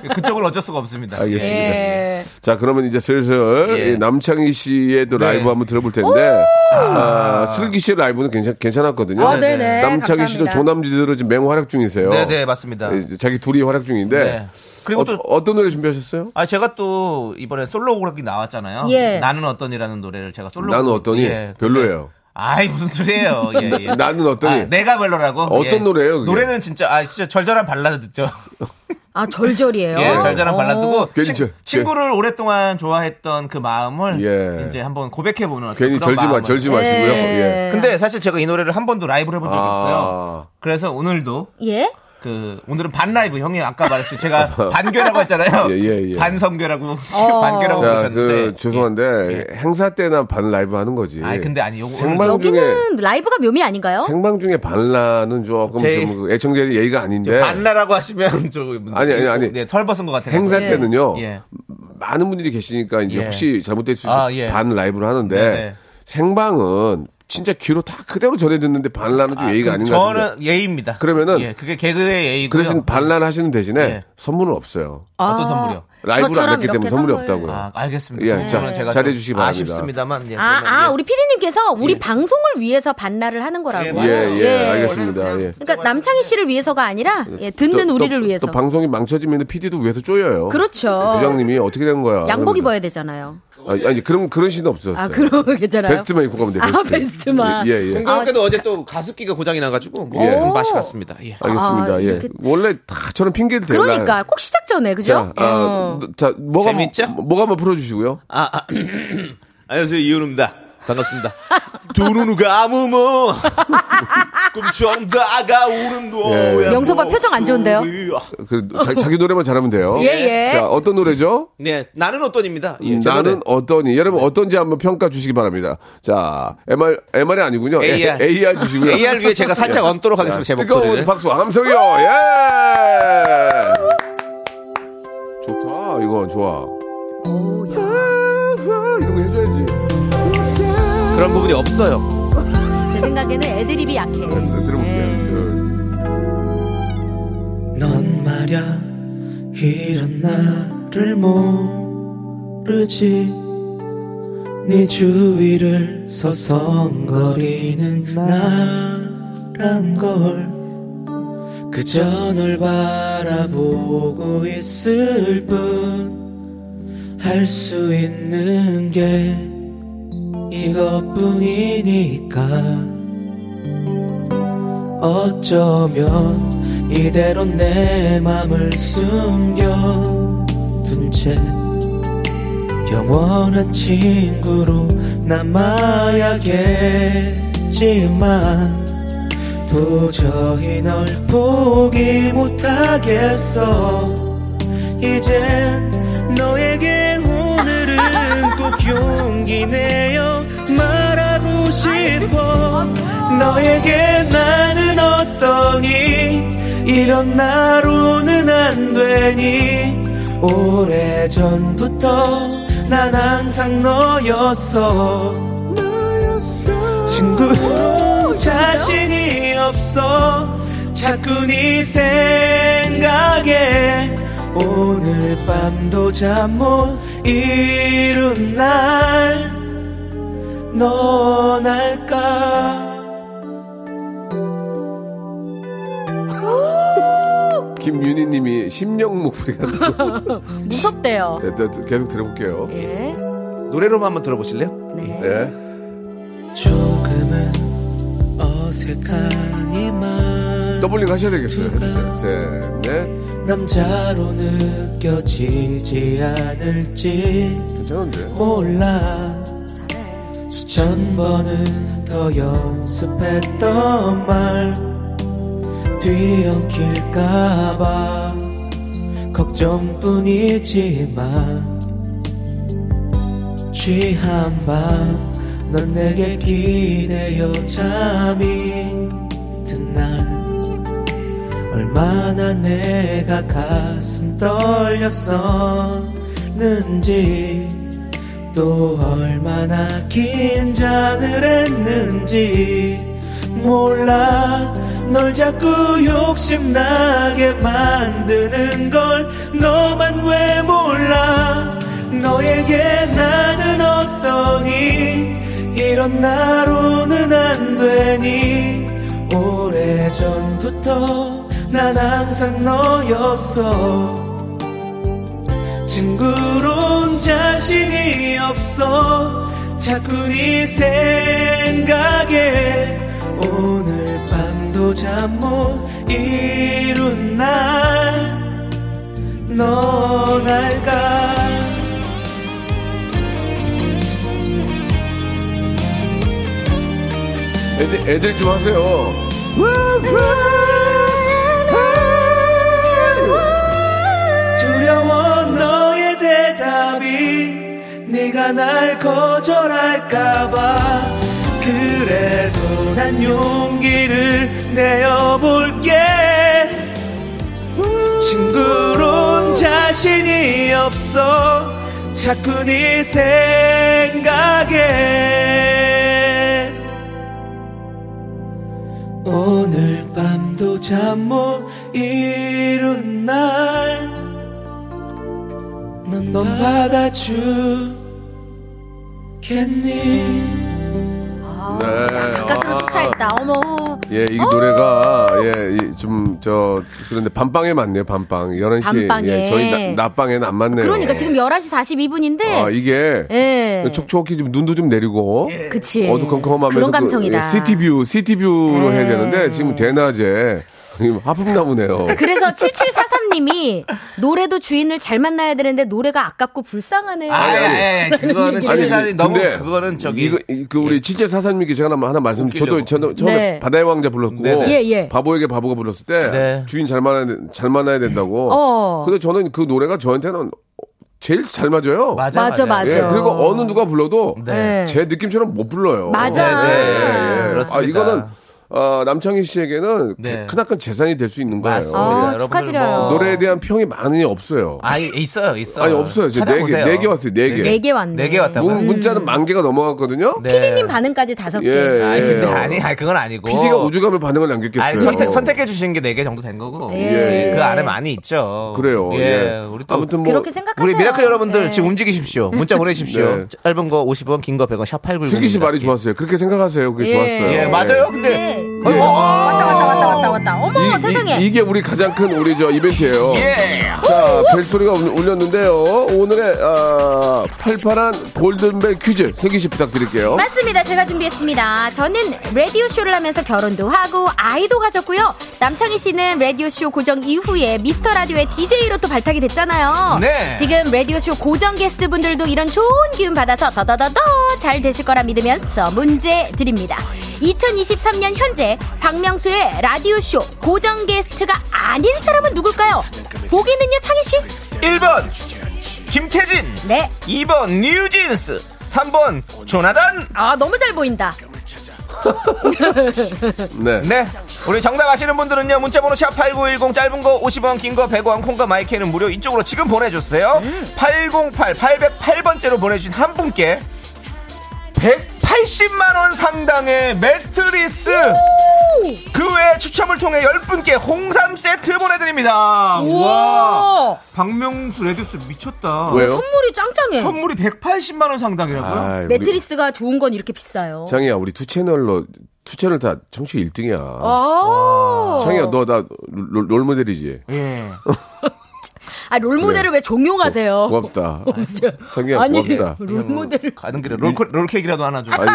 [SPEAKER 1] 예.
[SPEAKER 6] 그쪽은 어쩔 수가 없습니다.
[SPEAKER 1] 알겠습니다.
[SPEAKER 5] 예.
[SPEAKER 1] 자, 그러면 이제 슬슬
[SPEAKER 6] 예.
[SPEAKER 1] 이 남창희 씨의 또
[SPEAKER 6] 네.
[SPEAKER 1] 라이브 한번 들어볼 텐데, 아, 슬기 씨의 라이브는 괜찮, 괜찮았거든요.
[SPEAKER 5] 아, 네네.
[SPEAKER 1] 남창희 씨도
[SPEAKER 5] 감사합니다.
[SPEAKER 1] 조남지대로 지금 맹활약 활 중이세요.
[SPEAKER 6] 네, 네, 맞습니다.
[SPEAKER 1] 예, 자기 둘이 활약 중인데,
[SPEAKER 6] 네. 그리고
[SPEAKER 1] 어,
[SPEAKER 6] 또-
[SPEAKER 1] 어떤 노래 준비하셨어요?
[SPEAKER 6] 아 제가 또 이번에 솔로 곡이 나왔잖아요.
[SPEAKER 5] 예.
[SPEAKER 6] 나는 어떤이라는 노래를 제가 솔로.
[SPEAKER 1] 나는 어떠니?
[SPEAKER 6] 예.
[SPEAKER 1] 별로예요.
[SPEAKER 6] 아이 무슨 소리예요. 예, 예.
[SPEAKER 1] 나는 어떠니?
[SPEAKER 6] 아, 내가 별로라고.
[SPEAKER 1] 어떤 노래예요, 그게?
[SPEAKER 6] 노래는 진짜 아 진짜 절절한 발라드 듣죠.
[SPEAKER 5] 아 절절이에요. 어.
[SPEAKER 6] 예, 절절한 발라드고
[SPEAKER 1] 괜히 저-
[SPEAKER 6] 친, 친구를 오랫동안 좋아했던 그 마음을
[SPEAKER 1] 예.
[SPEAKER 6] 이제 한번 고백해 보는
[SPEAKER 1] 괜히 절지 마, 절지 마시고요. 예.
[SPEAKER 6] 근데 사실 제가 이 노래를 한 번도 라이브를 해본 적이
[SPEAKER 1] 아.
[SPEAKER 6] 없어요. 그래서 오늘도
[SPEAKER 5] 예?
[SPEAKER 6] 그 오늘은 반 라이브 형이 아까 말했듯이
[SPEAKER 1] [LAUGHS]
[SPEAKER 6] 제가 반교라고 했잖아요.
[SPEAKER 1] 예, 예, 예.
[SPEAKER 6] 반성교라고 [LAUGHS] 반교라고
[SPEAKER 1] 자,
[SPEAKER 6] 보셨는데 예.
[SPEAKER 1] 그, 죄송한데, 행사 때나 반 라이브 하는 거지.
[SPEAKER 6] 아니 근데 아니 요거 오늘
[SPEAKER 1] 생방 중에,
[SPEAKER 5] 여기는 라이브가 묘미 아닌가요?
[SPEAKER 1] 생방 중에 반란은 조금
[SPEAKER 6] 제-
[SPEAKER 1] 좀그 애청자의 예의가 아닌데.
[SPEAKER 6] 반라라고 하시면 [LAUGHS] 조금
[SPEAKER 1] 아니, 아니, 아니.
[SPEAKER 6] 네, 털 벗은 것 같아요.
[SPEAKER 1] 행사
[SPEAKER 6] 예.
[SPEAKER 1] 때는요
[SPEAKER 6] 예.
[SPEAKER 1] 많은 분들이 계시니까 이제
[SPEAKER 6] 예.
[SPEAKER 1] 혹시 잘못될 수 있어
[SPEAKER 6] 아, 예.
[SPEAKER 1] 반 라이브를 하는데
[SPEAKER 6] 네네.
[SPEAKER 1] 생방은 진짜 귀로 다 그대로 전해 듣는데 반란은 좀 예의가 아닌가 같은데
[SPEAKER 6] 저는 예의입니다.
[SPEAKER 1] 그러면은
[SPEAKER 6] 예, 그게 개그의 예의고요.
[SPEAKER 1] 그 대신 반란 하시는 대신에
[SPEAKER 6] 예.
[SPEAKER 1] 선물은 없어요
[SPEAKER 6] 어떤 선물이요?
[SPEAKER 1] 라이브를 안
[SPEAKER 5] 아, 저처럼
[SPEAKER 1] 했기 때문에
[SPEAKER 5] 이렇게
[SPEAKER 1] 선물이
[SPEAKER 5] 선물.
[SPEAKER 1] 없다고요
[SPEAKER 6] 아, 알겠습니다.
[SPEAKER 1] 예,
[SPEAKER 6] 그러면
[SPEAKER 1] 자,
[SPEAKER 6] 제가
[SPEAKER 1] 잘해
[SPEAKER 6] 좀
[SPEAKER 1] 주시기 바랍니다.
[SPEAKER 6] 아쉽습니다만. 예,
[SPEAKER 5] 아,
[SPEAKER 6] 저는,
[SPEAKER 5] 아,
[SPEAKER 6] 예.
[SPEAKER 5] 우리 피디님께서 우리 방송을 위해서 반날을 하는 거라고.
[SPEAKER 6] 예,
[SPEAKER 1] 예
[SPEAKER 6] 맞아요.
[SPEAKER 1] 예
[SPEAKER 5] 예.
[SPEAKER 1] 알겠습니다 예.
[SPEAKER 5] 그러니까 남창희 씨를 위해서가 아니라 예, 듣는
[SPEAKER 1] 또-
[SPEAKER 5] 우리를
[SPEAKER 1] 또-
[SPEAKER 5] 위해서.
[SPEAKER 1] 또 방송이 망쳐지면 PD도 위해서 쪼여요 예,
[SPEAKER 5] 그렇죠.
[SPEAKER 1] 부장님이 어떻게 된 거야
[SPEAKER 5] 양복
[SPEAKER 1] 아, 그러면서.
[SPEAKER 5] 입어야 되잖아요.
[SPEAKER 1] 아니, 아니 그런 그런 시는 없었어요
[SPEAKER 5] 아, 그러고 [LAUGHS] 괜찮아요.
[SPEAKER 1] 베스트만 입고 가면 돼
[SPEAKER 5] 아, 베스트만.
[SPEAKER 1] 예, 예.
[SPEAKER 6] 공교롭게도 어제 또 가습기가 고장이 나가지고 뭐
[SPEAKER 1] 예.
[SPEAKER 6] 좀 맛이 갔습니다. 예.
[SPEAKER 1] 알겠습니다.
[SPEAKER 5] 아,
[SPEAKER 1] 예.
[SPEAKER 5] 이렇게-
[SPEAKER 1] 원래 다처럼 핑계를 대요.
[SPEAKER 5] 그러니까 꼭 시작 전에 그죠?
[SPEAKER 1] 네, 자, 아,
[SPEAKER 5] 어.
[SPEAKER 1] 너- 자, 뭐가 뭐-
[SPEAKER 6] 재밌죠?
[SPEAKER 1] 뭐, 뭐가 한번 풀어주시고요.
[SPEAKER 6] 아, 아 안녕하세요 이윤우입니다. 반갑습니다. 두루누가 무무 뭐. [LAUGHS] 꿈처럼
[SPEAKER 1] 예,
[SPEAKER 6] 다가오는 노야.
[SPEAKER 5] 명석 오빠 표정 안 좋은데요?
[SPEAKER 1] 그 자, 기 노래만 잘하면 돼요.
[SPEAKER 5] 예, 예.
[SPEAKER 1] 자, 어떤 노래죠?
[SPEAKER 6] 네, 나는 어떤입니다. 예, 네. 제
[SPEAKER 1] 나는
[SPEAKER 6] 노래.
[SPEAKER 1] 어떠니? 여러분 어떤지 한번 평가 주시기 바랍니다. 자, MR MR이 아니군요.
[SPEAKER 6] AR.
[SPEAKER 1] AR 주시고요. 예.
[SPEAKER 6] AR 위에 제가 살짝 얹도록 하겠습니다. 제
[SPEAKER 1] 뜨거운
[SPEAKER 6] 목소리를.
[SPEAKER 1] 박수 함성요. 예. 좋다. 이거 좋아. 아, 이런 거 해줘야지.
[SPEAKER 6] 그런 부분이 없어요.
[SPEAKER 5] 제 생각에는 애드립이 약해.
[SPEAKER 1] 네. 들어볼게요. 저-
[SPEAKER 8] 넌 말야 이런 나를 모르지 네 주위를 서성거리는 나란 걸 그저 널 바라보고 있을 뿐 할 수 있는 게 이것뿐이니까 어쩌면 이대로 내 맘을 숨겨 둔 채 영원한 친구로 남아야겠지만 도저히 널 포기 못하겠어 이젠 너에게 오늘은 꼭 용기 내어 말하고 싶어 너에게 나는 어떠니 이런 나로는 안 되니 오래전부터 난 항상 너였어 친구로 자신이 없어 자꾸 네 생각에 오늘 밤도 잠 못 이룬 날 너날까
[SPEAKER 1] 김윤희 님이 심령 목소리가 나고
[SPEAKER 9] 무섭대요.
[SPEAKER 1] 네, 또- 또 계속 들어볼게요. 네.
[SPEAKER 9] 예.
[SPEAKER 6] 노래로만 한번 들어보실래요?
[SPEAKER 9] 네.
[SPEAKER 1] 예.
[SPEAKER 8] 조금은 어색한 이말
[SPEAKER 1] 더블링 하셔야 되겠어요. 셋, 넷.
[SPEAKER 8] 남자로 느껴지지 않을지
[SPEAKER 1] 괜찮은데.
[SPEAKER 8] 몰라 수천 번은 더 연습했던 말 뒤엉킬까봐 걱정뿐이지만 취한 밤 넌 내게 기대어 잠이 든 날 얼마나 내가 가슴 떨렸었는지 또 얼마나 긴장을 했는지 몰라 널 자꾸 욕심나게 만드는 걸 너만 왜 몰라 너에게 나는 어떠니 이런 나로는 안 되니 오래전부터 난 항상 너였어 친구로운 자신이 없어 자꾸 네 생각에 오늘 밤도 잠 못 이룬 날넌 알까
[SPEAKER 1] 애들, 애들 좀 하세요. 아.
[SPEAKER 8] 두려워 너의 대답이 네가 날 거절할까봐 그래도 난 용기를 내어볼게 친구론 자신이 없어 자꾸 네 생각에 오늘 밤도 잠 못 이룬 날 넌, 넌 받아주겠니?
[SPEAKER 9] 아,
[SPEAKER 1] 네.
[SPEAKER 9] 가슴을
[SPEAKER 1] 아.
[SPEAKER 9] 쫓아있다. 어머.
[SPEAKER 1] 예, 이 노래가, 예, 이 좀, 저, 그런데 밤빵에 맞네요, 밤빵. 11시에.
[SPEAKER 9] 밤빵에.
[SPEAKER 1] 예, 저희 나- 낮방에는 안 맞네요.
[SPEAKER 9] 그러니까 지금 11시 42분인데.
[SPEAKER 1] 아, 이게.
[SPEAKER 9] 예.
[SPEAKER 1] 촉촉히 좀 눈도 좀 내리고.
[SPEAKER 9] 그치.
[SPEAKER 1] 어두컴컴하면서
[SPEAKER 9] 그런
[SPEAKER 1] 그,
[SPEAKER 9] 감성이다.
[SPEAKER 1] 예, 시티뷰, 시티뷰로
[SPEAKER 9] 예.
[SPEAKER 1] 해야 되는데 지금 대낮에 하품나무네요.
[SPEAKER 9] 그래서 7743님이 노래도 주인을 잘 만나야 되는데 노래가 아깝고 불쌍하네요.
[SPEAKER 6] 아,
[SPEAKER 1] 아니.
[SPEAKER 6] 예, 예. 그거는
[SPEAKER 1] 아니,
[SPEAKER 6] 진짜 너무
[SPEAKER 1] 근데
[SPEAKER 6] 그거는 저기 예.
[SPEAKER 1] 이거 이- 그 우리 진짜 사사님께 제가 하나, 하나 말씀 저도
[SPEAKER 6] 웃기려고.
[SPEAKER 1] 저도 처음에
[SPEAKER 9] 네.
[SPEAKER 1] 바다의 왕자 불렀고
[SPEAKER 6] 네,
[SPEAKER 9] 네. 예, 예.
[SPEAKER 1] 바보에게 바보가 불렀을 때
[SPEAKER 6] 네.
[SPEAKER 1] 주인 잘 만나야 돼- 잘 만나야 된다고.
[SPEAKER 9] 어.
[SPEAKER 1] 근데 저는 그 노래가 저한테는 제일 잘 맞아요.
[SPEAKER 9] 맞아, 맞아.
[SPEAKER 1] 예, 그리고 어느 누가 불러도
[SPEAKER 9] 네.
[SPEAKER 1] 제 느낌처럼 못 불러요.
[SPEAKER 9] 맞아.
[SPEAKER 6] 네, 네,
[SPEAKER 1] 예, 예.
[SPEAKER 6] 그렇습니다.
[SPEAKER 1] 아 이거는 어, 남창희 씨에게는 그
[SPEAKER 6] 네.
[SPEAKER 1] 크나큰 재산이 될 수 있는 거예요. 어.
[SPEAKER 6] 맞습니다.
[SPEAKER 9] 아,
[SPEAKER 6] 여러분들
[SPEAKER 9] 축하드려요.
[SPEAKER 6] 뭐-
[SPEAKER 1] 노래에 대한 평이 많이 없어요.
[SPEAKER 6] 아 이- 있어요 있어요.
[SPEAKER 1] 아니, 없어요. 지금 네 개,
[SPEAKER 6] 찾아보세요.
[SPEAKER 1] 네개 왔어요, 네 개.
[SPEAKER 9] 네 개 왔네.
[SPEAKER 6] 네개 왔다고.
[SPEAKER 1] 문, 문자는 만 개가 넘어갔거든요.
[SPEAKER 6] 네.
[SPEAKER 9] 피디님 반응까지 다섯 개.
[SPEAKER 1] 예,
[SPEAKER 6] 아니 근데
[SPEAKER 1] 예.
[SPEAKER 6] 아니 아니 그건 아니고.
[SPEAKER 1] PD가 우주감의 반응을 남겼겠어요.
[SPEAKER 6] 어. 아니, 선택 선택해 주신 게 네 개 정도 된 거고.
[SPEAKER 9] 예.
[SPEAKER 6] 그 안에 많이 있죠.
[SPEAKER 1] 그래요.
[SPEAKER 6] 예.
[SPEAKER 1] 예.
[SPEAKER 6] 우리 또
[SPEAKER 1] 아무튼 뭐
[SPEAKER 9] 그렇게 생각하세요.
[SPEAKER 6] 우리 미라클 여러분들
[SPEAKER 9] 예.
[SPEAKER 6] 지금 움직이십시오. 문자 보내십시오.
[SPEAKER 1] 네.
[SPEAKER 6] 짧은 거 50원, 긴 거 100원, 샵 8910.
[SPEAKER 1] 슬기 씨 말이 좋았어요. 그렇게 생각하세요. 그게
[SPEAKER 9] 예.
[SPEAKER 1] 좋았어요.
[SPEAKER 6] 예, 맞아요. 근데
[SPEAKER 9] 근데
[SPEAKER 1] 예.
[SPEAKER 5] 어, 왔다 왔다 왔다 왔다 왔다. 어머
[SPEAKER 1] 이- 이-
[SPEAKER 5] 세상에.
[SPEAKER 1] 이게 우리 가장 큰 우리 저 이벤트예요. 자, 벨소리가 울- 울렸는데요. 오늘의 아, 팔팔한 골든벨 퀴즈 세기 씨
[SPEAKER 6] 어?
[SPEAKER 1] 부탁드릴게요.
[SPEAKER 5] 맞습니다. 제가 준비했습니다. 저는 라디오 쇼를 하면서 결혼도 하고 아이도 가졌고요. 남창희 씨는 라디오 쇼 고정 이후에 미스터 라디오의 DJ로 또 발탁이 됐잖아요.
[SPEAKER 6] 네.
[SPEAKER 5] 지금 라디오 쇼 고정 게스트분들도 이런 좋은 기운 받아서 더더더더 잘 되실 거라 믿으면서 문제 드립니다. 2023년 현재 박명수의 라디오 쇼 고정 게스트가 아닌 사람은 누굴까요? 보기는요, 창희 씨?
[SPEAKER 6] 예. 1번 김태진
[SPEAKER 5] 네.
[SPEAKER 6] 2번 뉴진스 3번 조나단
[SPEAKER 5] 아, 너무 잘 보인다.
[SPEAKER 1] 네.
[SPEAKER 6] 네 우리 정답 아시는 분들은요 문자번호 샵8910 짧은 거 50원 긴 거 100원 콩과 마이크는 무료 이쪽으로 지금 보내주세요 808 808번째로 보내주신 한 분께 180만원 상당의 매트리스 그 외에 추첨을 통해 10분께 홍삼 세트 보내드립니다 와
[SPEAKER 5] 우와.
[SPEAKER 6] 박명수 레디스 미쳤다
[SPEAKER 1] 왜요?
[SPEAKER 5] 선물이 짱짱해.
[SPEAKER 6] 선물이 180만원 상당이라고요?
[SPEAKER 1] 아이, 네, 우리
[SPEAKER 5] 매트리스가 좋은 건 이렇게 비싸요.
[SPEAKER 1] 장이야, 우리 두 채널로 두 채널 다 청취 1등이야.
[SPEAKER 5] 어. 아.
[SPEAKER 1] 장이야, 너 나 롤모델이지.
[SPEAKER 6] 예.
[SPEAKER 5] 아, 롤모델을 왜 종용하세요? [LAUGHS]
[SPEAKER 1] 고맙다. 장이야,
[SPEAKER 5] 어. 아니,
[SPEAKER 1] 네. 뭐, 고맙다. 음.
[SPEAKER 5] 롤모델을.
[SPEAKER 6] 가는 길에 롤, 롤케이크라도 하나 좀.
[SPEAKER 1] 아니,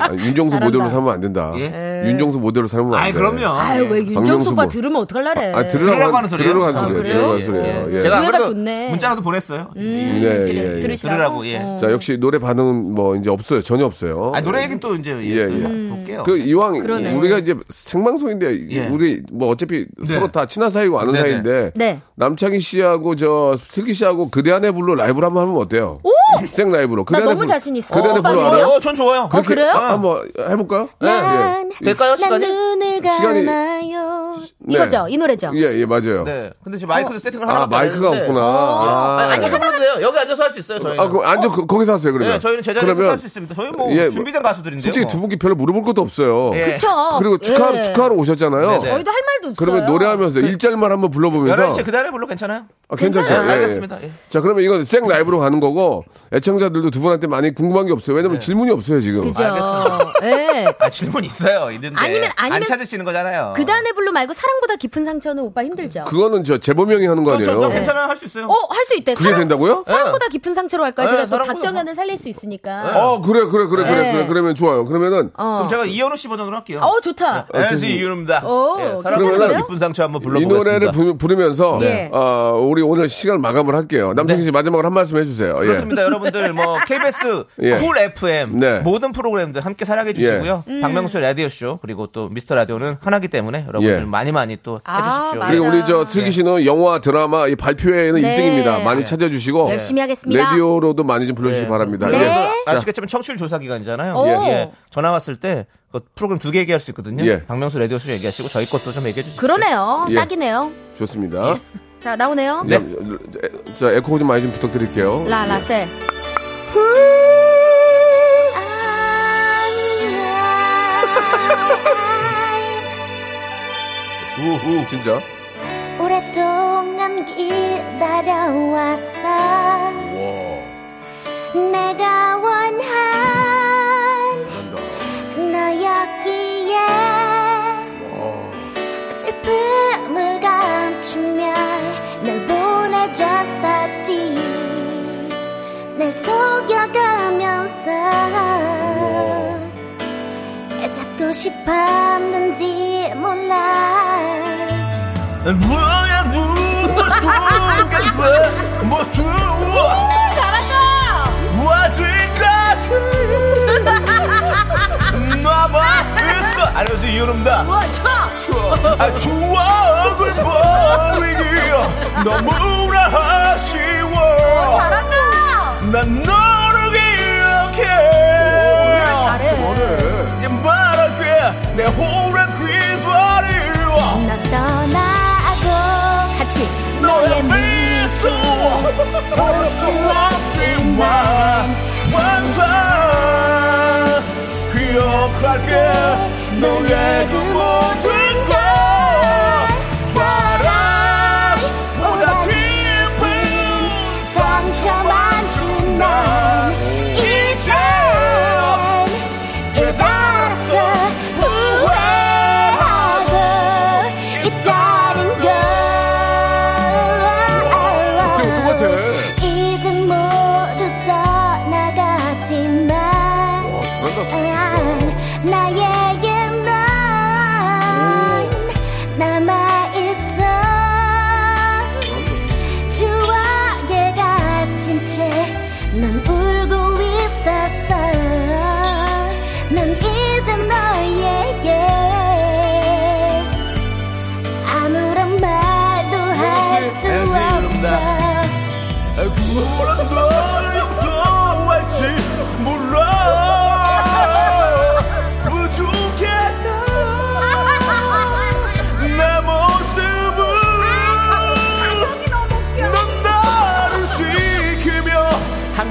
[SPEAKER 1] 아니, 윤정수
[SPEAKER 5] 잘한다.
[SPEAKER 1] 모델로 삼으면 안 된다.
[SPEAKER 6] 예?
[SPEAKER 1] 윤정수 모델로 삼으면 안
[SPEAKER 6] 아이,
[SPEAKER 1] 돼.
[SPEAKER 6] 그럼요.
[SPEAKER 5] 아유, 왜
[SPEAKER 1] 박명수
[SPEAKER 5] 윤정수 오빠
[SPEAKER 1] 뭐.
[SPEAKER 5] 들으면 어떡할래?
[SPEAKER 1] 아,
[SPEAKER 6] 들으라고
[SPEAKER 1] 들으라고
[SPEAKER 6] 하는
[SPEAKER 1] 하는
[SPEAKER 6] 소리예요?
[SPEAKER 1] 들으라고 하는
[SPEAKER 6] 아,
[SPEAKER 1] 소리예요.
[SPEAKER 5] 예. 그래요?
[SPEAKER 1] 들으라고 하는 소리예요. 예.
[SPEAKER 6] 제가
[SPEAKER 5] 노래가
[SPEAKER 6] 아무래도
[SPEAKER 5] 좋네. 음.
[SPEAKER 6] 문자라도 보냈어요.
[SPEAKER 1] 네, 예, 예.
[SPEAKER 5] 들으시라고.
[SPEAKER 6] 들으라고, 예.
[SPEAKER 1] 자, 역시 노래 반응은 뭐 이제 없어요. 전혀 없어요.
[SPEAKER 6] 아, 노래 얘기는 또 이제 예,
[SPEAKER 1] 예, 예.
[SPEAKER 6] 볼게요.
[SPEAKER 1] 그 이왕
[SPEAKER 5] 그러네.
[SPEAKER 1] 우리가 이제 생방송인데
[SPEAKER 6] 예.
[SPEAKER 1] 우리 뭐 어차피
[SPEAKER 6] 네.
[SPEAKER 1] 서로 다 친한 사이고 아는
[SPEAKER 6] 네, 네.
[SPEAKER 1] 사이인데
[SPEAKER 5] 네.
[SPEAKER 1] 남창희 씨하고 저 슬기 씨하고 그대 안에 불로 라이브를 한번 하면 어때요? 생 라이브로. 그대
[SPEAKER 5] 나
[SPEAKER 1] 안에
[SPEAKER 5] 너무
[SPEAKER 1] 불-
[SPEAKER 5] 자신 있어.
[SPEAKER 1] 그대 안에
[SPEAKER 5] 오빠
[SPEAKER 1] 불로
[SPEAKER 5] 지금
[SPEAKER 1] 알아요?
[SPEAKER 6] 어, 전 좋아요.
[SPEAKER 5] 어, 그래요?
[SPEAKER 1] 한번 해볼까요? 예,
[SPEAKER 7] 난,
[SPEAKER 6] 될까요,
[SPEAKER 7] 난
[SPEAKER 6] 시간이?
[SPEAKER 7] 눈을
[SPEAKER 1] 어, 시간이-
[SPEAKER 7] 감아요.
[SPEAKER 1] 네.
[SPEAKER 5] 이거죠? 이 노래죠?
[SPEAKER 1] 예, 예, 맞아요.
[SPEAKER 6] 네. 근데 지금 마이크도 세팅을 하나
[SPEAKER 1] 아, 마이크가 없구나. 아,
[SPEAKER 6] 아, 니 하면 돼요. 여기 앉아서 할 수 있어요, 저희는.
[SPEAKER 1] 아, 그럼 앉아, 거- 거기서 하세요, 그러면.
[SPEAKER 6] 네, 저희는 제자리에서
[SPEAKER 1] 그러면
[SPEAKER 6] 할 수 있습니다. 저희 뭐
[SPEAKER 1] 예,
[SPEAKER 6] 준비된 가수들인데요.
[SPEAKER 1] 솔직히
[SPEAKER 6] 뭐.
[SPEAKER 1] 두 분께 별로 물어볼 것도 없어요.
[SPEAKER 6] 예.
[SPEAKER 5] 그쵸.
[SPEAKER 1] 네. 그리고 축하,
[SPEAKER 5] 예.
[SPEAKER 1] 축하하러 오셨잖아요.
[SPEAKER 6] 네, 네.
[SPEAKER 5] 저희도 할 말도 없어요.
[SPEAKER 1] 그러면 노래하면서 일절만 한번 불러보면서
[SPEAKER 6] 11시에 그다음에 불러 괜찮아요?
[SPEAKER 1] 아, 괜찮죠.
[SPEAKER 6] 괜찮아요. 알겠습니다. 예.
[SPEAKER 1] 자, 그러면 이건 생 라이브로 가는 거고 애청자들도 두 분한테 많이 궁금한 게 없어요. 왜냐면
[SPEAKER 6] 네.
[SPEAKER 1] 질문이 없어요 지금. 아,
[SPEAKER 5] 그죠?
[SPEAKER 6] 알겠어요.
[SPEAKER 1] [LAUGHS]
[SPEAKER 5] 예.
[SPEAKER 6] 아, 질문 있어요. 있는데.
[SPEAKER 5] 아니면- 아니면-
[SPEAKER 6] 안 찾으시는 거잖아요.
[SPEAKER 5] 그단의 불로 말고 사랑보다 깊은 상처는 오빠 힘들죠?
[SPEAKER 1] 거는저 재범형이 하는 거
[SPEAKER 6] 저, 저,
[SPEAKER 1] 아니에요?
[SPEAKER 6] 저 그렇죠. 괜찮아요. 할 수 있어요.
[SPEAKER 5] 어, 할 수 있대.
[SPEAKER 1] 그게
[SPEAKER 5] 사랑,
[SPEAKER 1] 된다고요?
[SPEAKER 5] 사랑보다 깊은 상처로 할까요?
[SPEAKER 6] 예,
[SPEAKER 5] 제가 그
[SPEAKER 6] 사랑보다 예.
[SPEAKER 5] 박정현을 살릴 수 있으니까.
[SPEAKER 1] 어, 그래, 그래, 그래, 그래,
[SPEAKER 5] 네.
[SPEAKER 1] 그래. 그러면 좋아요. 그러면은
[SPEAKER 6] 그럼 제가 이현우 씨 버전으로 할게요.
[SPEAKER 5] 어, 좋다.
[SPEAKER 6] 안녕하세요, 아, 네, 이현우입니다.
[SPEAKER 5] 오,
[SPEAKER 6] 예,
[SPEAKER 5] 괜찮은데요?
[SPEAKER 6] 사랑하는 기쁜 상처 한번
[SPEAKER 1] 어. 이
[SPEAKER 6] 불러보겠습니다.
[SPEAKER 1] 노래를 부, 부르면서
[SPEAKER 5] 네.
[SPEAKER 1] 어, 우리 오늘 시간 마감을 할게요. 남창희 씨 마지막으로 한 말씀 해주세요. 예.
[SPEAKER 6] 네. 그렇습니다, 여러분들. 뭐 KBS
[SPEAKER 1] [LAUGHS] 예.
[SPEAKER 6] 쿨 FM
[SPEAKER 1] 네. 예.
[SPEAKER 6] 모든 프로그램들 함께 사랑해 주시고요.
[SPEAKER 5] 음.
[SPEAKER 6] 박명수 라디오 쇼 그리고 또 미스터 라디오는 하나기 때문에
[SPEAKER 1] 예.
[SPEAKER 6] 여러분들 많이 많이 또
[SPEAKER 5] 아,
[SPEAKER 6] 해주십시오.
[SPEAKER 5] 맞아요.
[SPEAKER 1] 그리고 우리 저 슬기 씨는 영화 드라마 이 발표회에는 일
[SPEAKER 5] 네.
[SPEAKER 1] 1등입니다. 많이 찾아주시고
[SPEAKER 5] 열심히 하겠습니다.
[SPEAKER 1] 라디오로도 많이 좀 불러주시기 바랍니다.
[SPEAKER 5] 네.
[SPEAKER 1] 예.
[SPEAKER 6] 아시겠지만 청취율 조사 기간이잖아요.
[SPEAKER 5] 오.
[SPEAKER 6] 예. 예. 전화 왔을 때그 프로그램 두 개 얘기할 수 있거든요.
[SPEAKER 1] 예.
[SPEAKER 6] 박명수 라디오 쇼 얘기하시고 저희 것도 좀 얘기해 주시죠.
[SPEAKER 5] 그러네요.
[SPEAKER 1] 예.
[SPEAKER 5] 딱이네요.
[SPEAKER 1] 좋습니다.
[SPEAKER 5] 자, 나오네요.
[SPEAKER 1] 네. 자, 에코 좀 많이 좀 부탁드릴게요.
[SPEAKER 5] 라라셀.
[SPEAKER 1] 우후. 진짜.
[SPEAKER 7] 오랫동안 기다려왔어 내가 원한
[SPEAKER 1] 잘한다.
[SPEAKER 7] 너였기에 슬픔을 감추며 날 보내줬었지 날 속여가면서 애 잡고 싶었는지 몰라
[SPEAKER 6] 뭐야 무슨 뭐야 무슨
[SPEAKER 5] 잘한다!
[SPEAKER 6] 와중까지 나만 있어. 안녕하세요 이현우입니다.
[SPEAKER 5] 우와, 차!
[SPEAKER 6] 아, 추억을 버리기야 너무나 아쉬워
[SPEAKER 5] 잘한다!
[SPEAKER 6] 난 너를
[SPEAKER 5] 잘해.
[SPEAKER 8] 아,
[SPEAKER 6] 기억해
[SPEAKER 1] 네.
[SPEAKER 6] 이제 말할게 내 오랜 귀걸이
[SPEAKER 7] 너 떠나고
[SPEAKER 5] 같이.
[SPEAKER 7] 너의
[SPEAKER 6] 너의
[SPEAKER 7] 미소
[SPEAKER 6] 미소 볼 수 없지만 항상 기억할게 너의 그 모든 걸 사랑보다 깊은
[SPEAKER 7] 상처만 준
[SPEAKER 6] 나
[SPEAKER 7] 난
[SPEAKER 6] 이제
[SPEAKER 7] 깨달았어 후회 [LAUGHS]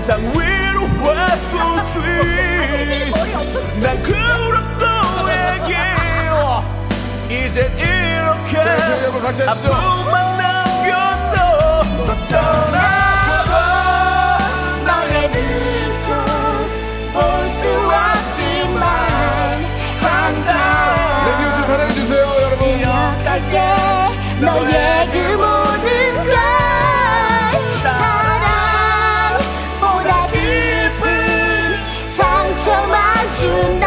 [SPEAKER 5] 선생님 머리 엄청
[SPEAKER 4] 난 그런 너에게 이젠 이렇게
[SPEAKER 1] 자, 저희 한번 같이 하시죠.
[SPEAKER 4] 아픔만 남겼어 너 떠나고
[SPEAKER 5] 너의 미소 볼 수 없지만 항상
[SPEAKER 1] 내 기운 좀 사랑해주세요, 여러분.
[SPEAKER 5] 네. 기억할게 너의 그 모든 걸 사랑보다 깊은 상처만 준난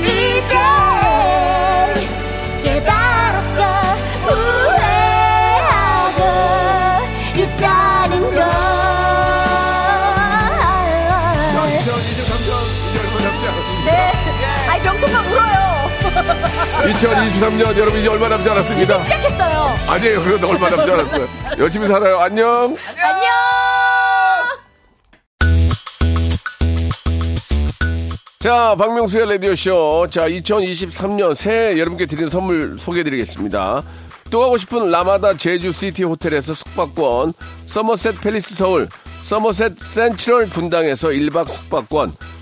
[SPEAKER 5] 이제 깨달았어 후회하고 있다는 걸 네. 아이 명소가 울어요
[SPEAKER 1] 2023년 여러분 이제 얼마 남지 않았습니다.
[SPEAKER 5] 네. 시작했어요
[SPEAKER 1] 아니에요. 그래도 얼마 남지 않았어요. 열심히 살아요. 안녕. 자, 박명수의 라디오쇼. 자, 2023년 새해 여러분께 드리는 선물 소개해드리겠습니다. 또 가고 싶은 라마다 제주시티 호텔에서 숙박권, 서머셋 팰리스 서울, 서머셋 센트럴 분당에서 1박 숙박권,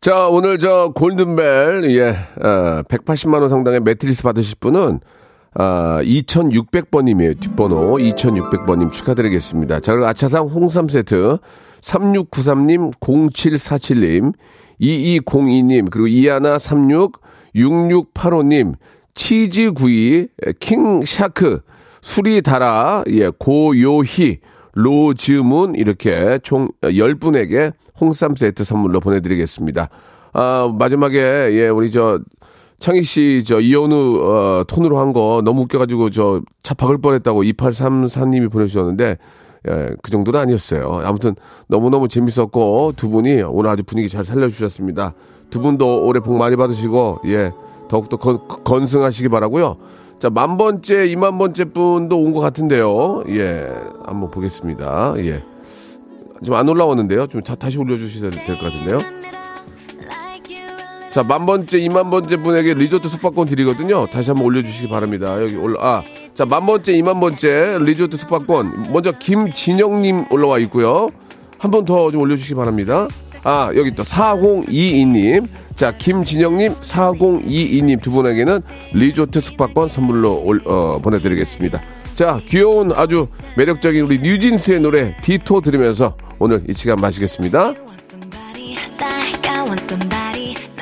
[SPEAKER 1] 자, 오늘 저 골든벨, 예, 어, 180만원 상당의 매트리스 받으실 분은, 아, 2600번님이에요. 뒷번호 2600번님 축하드리겠습니다. 자, 그리고 아차상 홍삼 세트 3693님, 0747님, 2202님, 그리고 이하나 36, 6685님, 치즈구이, 킹샤크, 수리다라, 예, 고요희, 로즈문 이렇게 총 10분에게 홍삼 세트 선물로 보내드리겠습니다. 아, 마지막에, 예, 우리 저, 창희 씨, 저, 이현우, 어, 톤으로 한 거 너무 웃겨가지고, 저, 차 박을 뻔했다고 2834님이 보내주셨는데, 예, 그 정도는 아니었어요. 아무튼, 너무너무 재밌었고, 두 분이 오늘 아주 분위기 잘 살려주셨습니다. 두 분도 올해 복 많이 받으시고, 예, 더욱더 건, 건승하시기 바라고요 자, 만 번째, 이만 번째 분도 온 것 같은데요. 예, 한번 보겠습니다. 예. 지금 안 올라왔는데요. 좀 자, 다시 올려주셔야 될 것 같은데요. 자, 만 번째, 이만 번째 분에게 리조트 숙박권 드리거든요. 다시 한번 올려주시기 바랍니다. 여기 올라, 아, 자, 만 번째, 이만 번째 리조트 숙박권. 먼저 김진영님 올라와 있고요. 한 번 더 좀 올려주시기 바랍니다. 아, 여기 또 4022님. 자, 김진영님, 4022님 두 분에게는 리조트 숙박권 선물로 올- 어, 보내드리겠습니다. 자, 귀여운 아주 매력적인 우리 뉴진스의 노래 디토 들으면서 오늘 이 시간 마치겠습니다.
[SPEAKER 7] Like I want somebody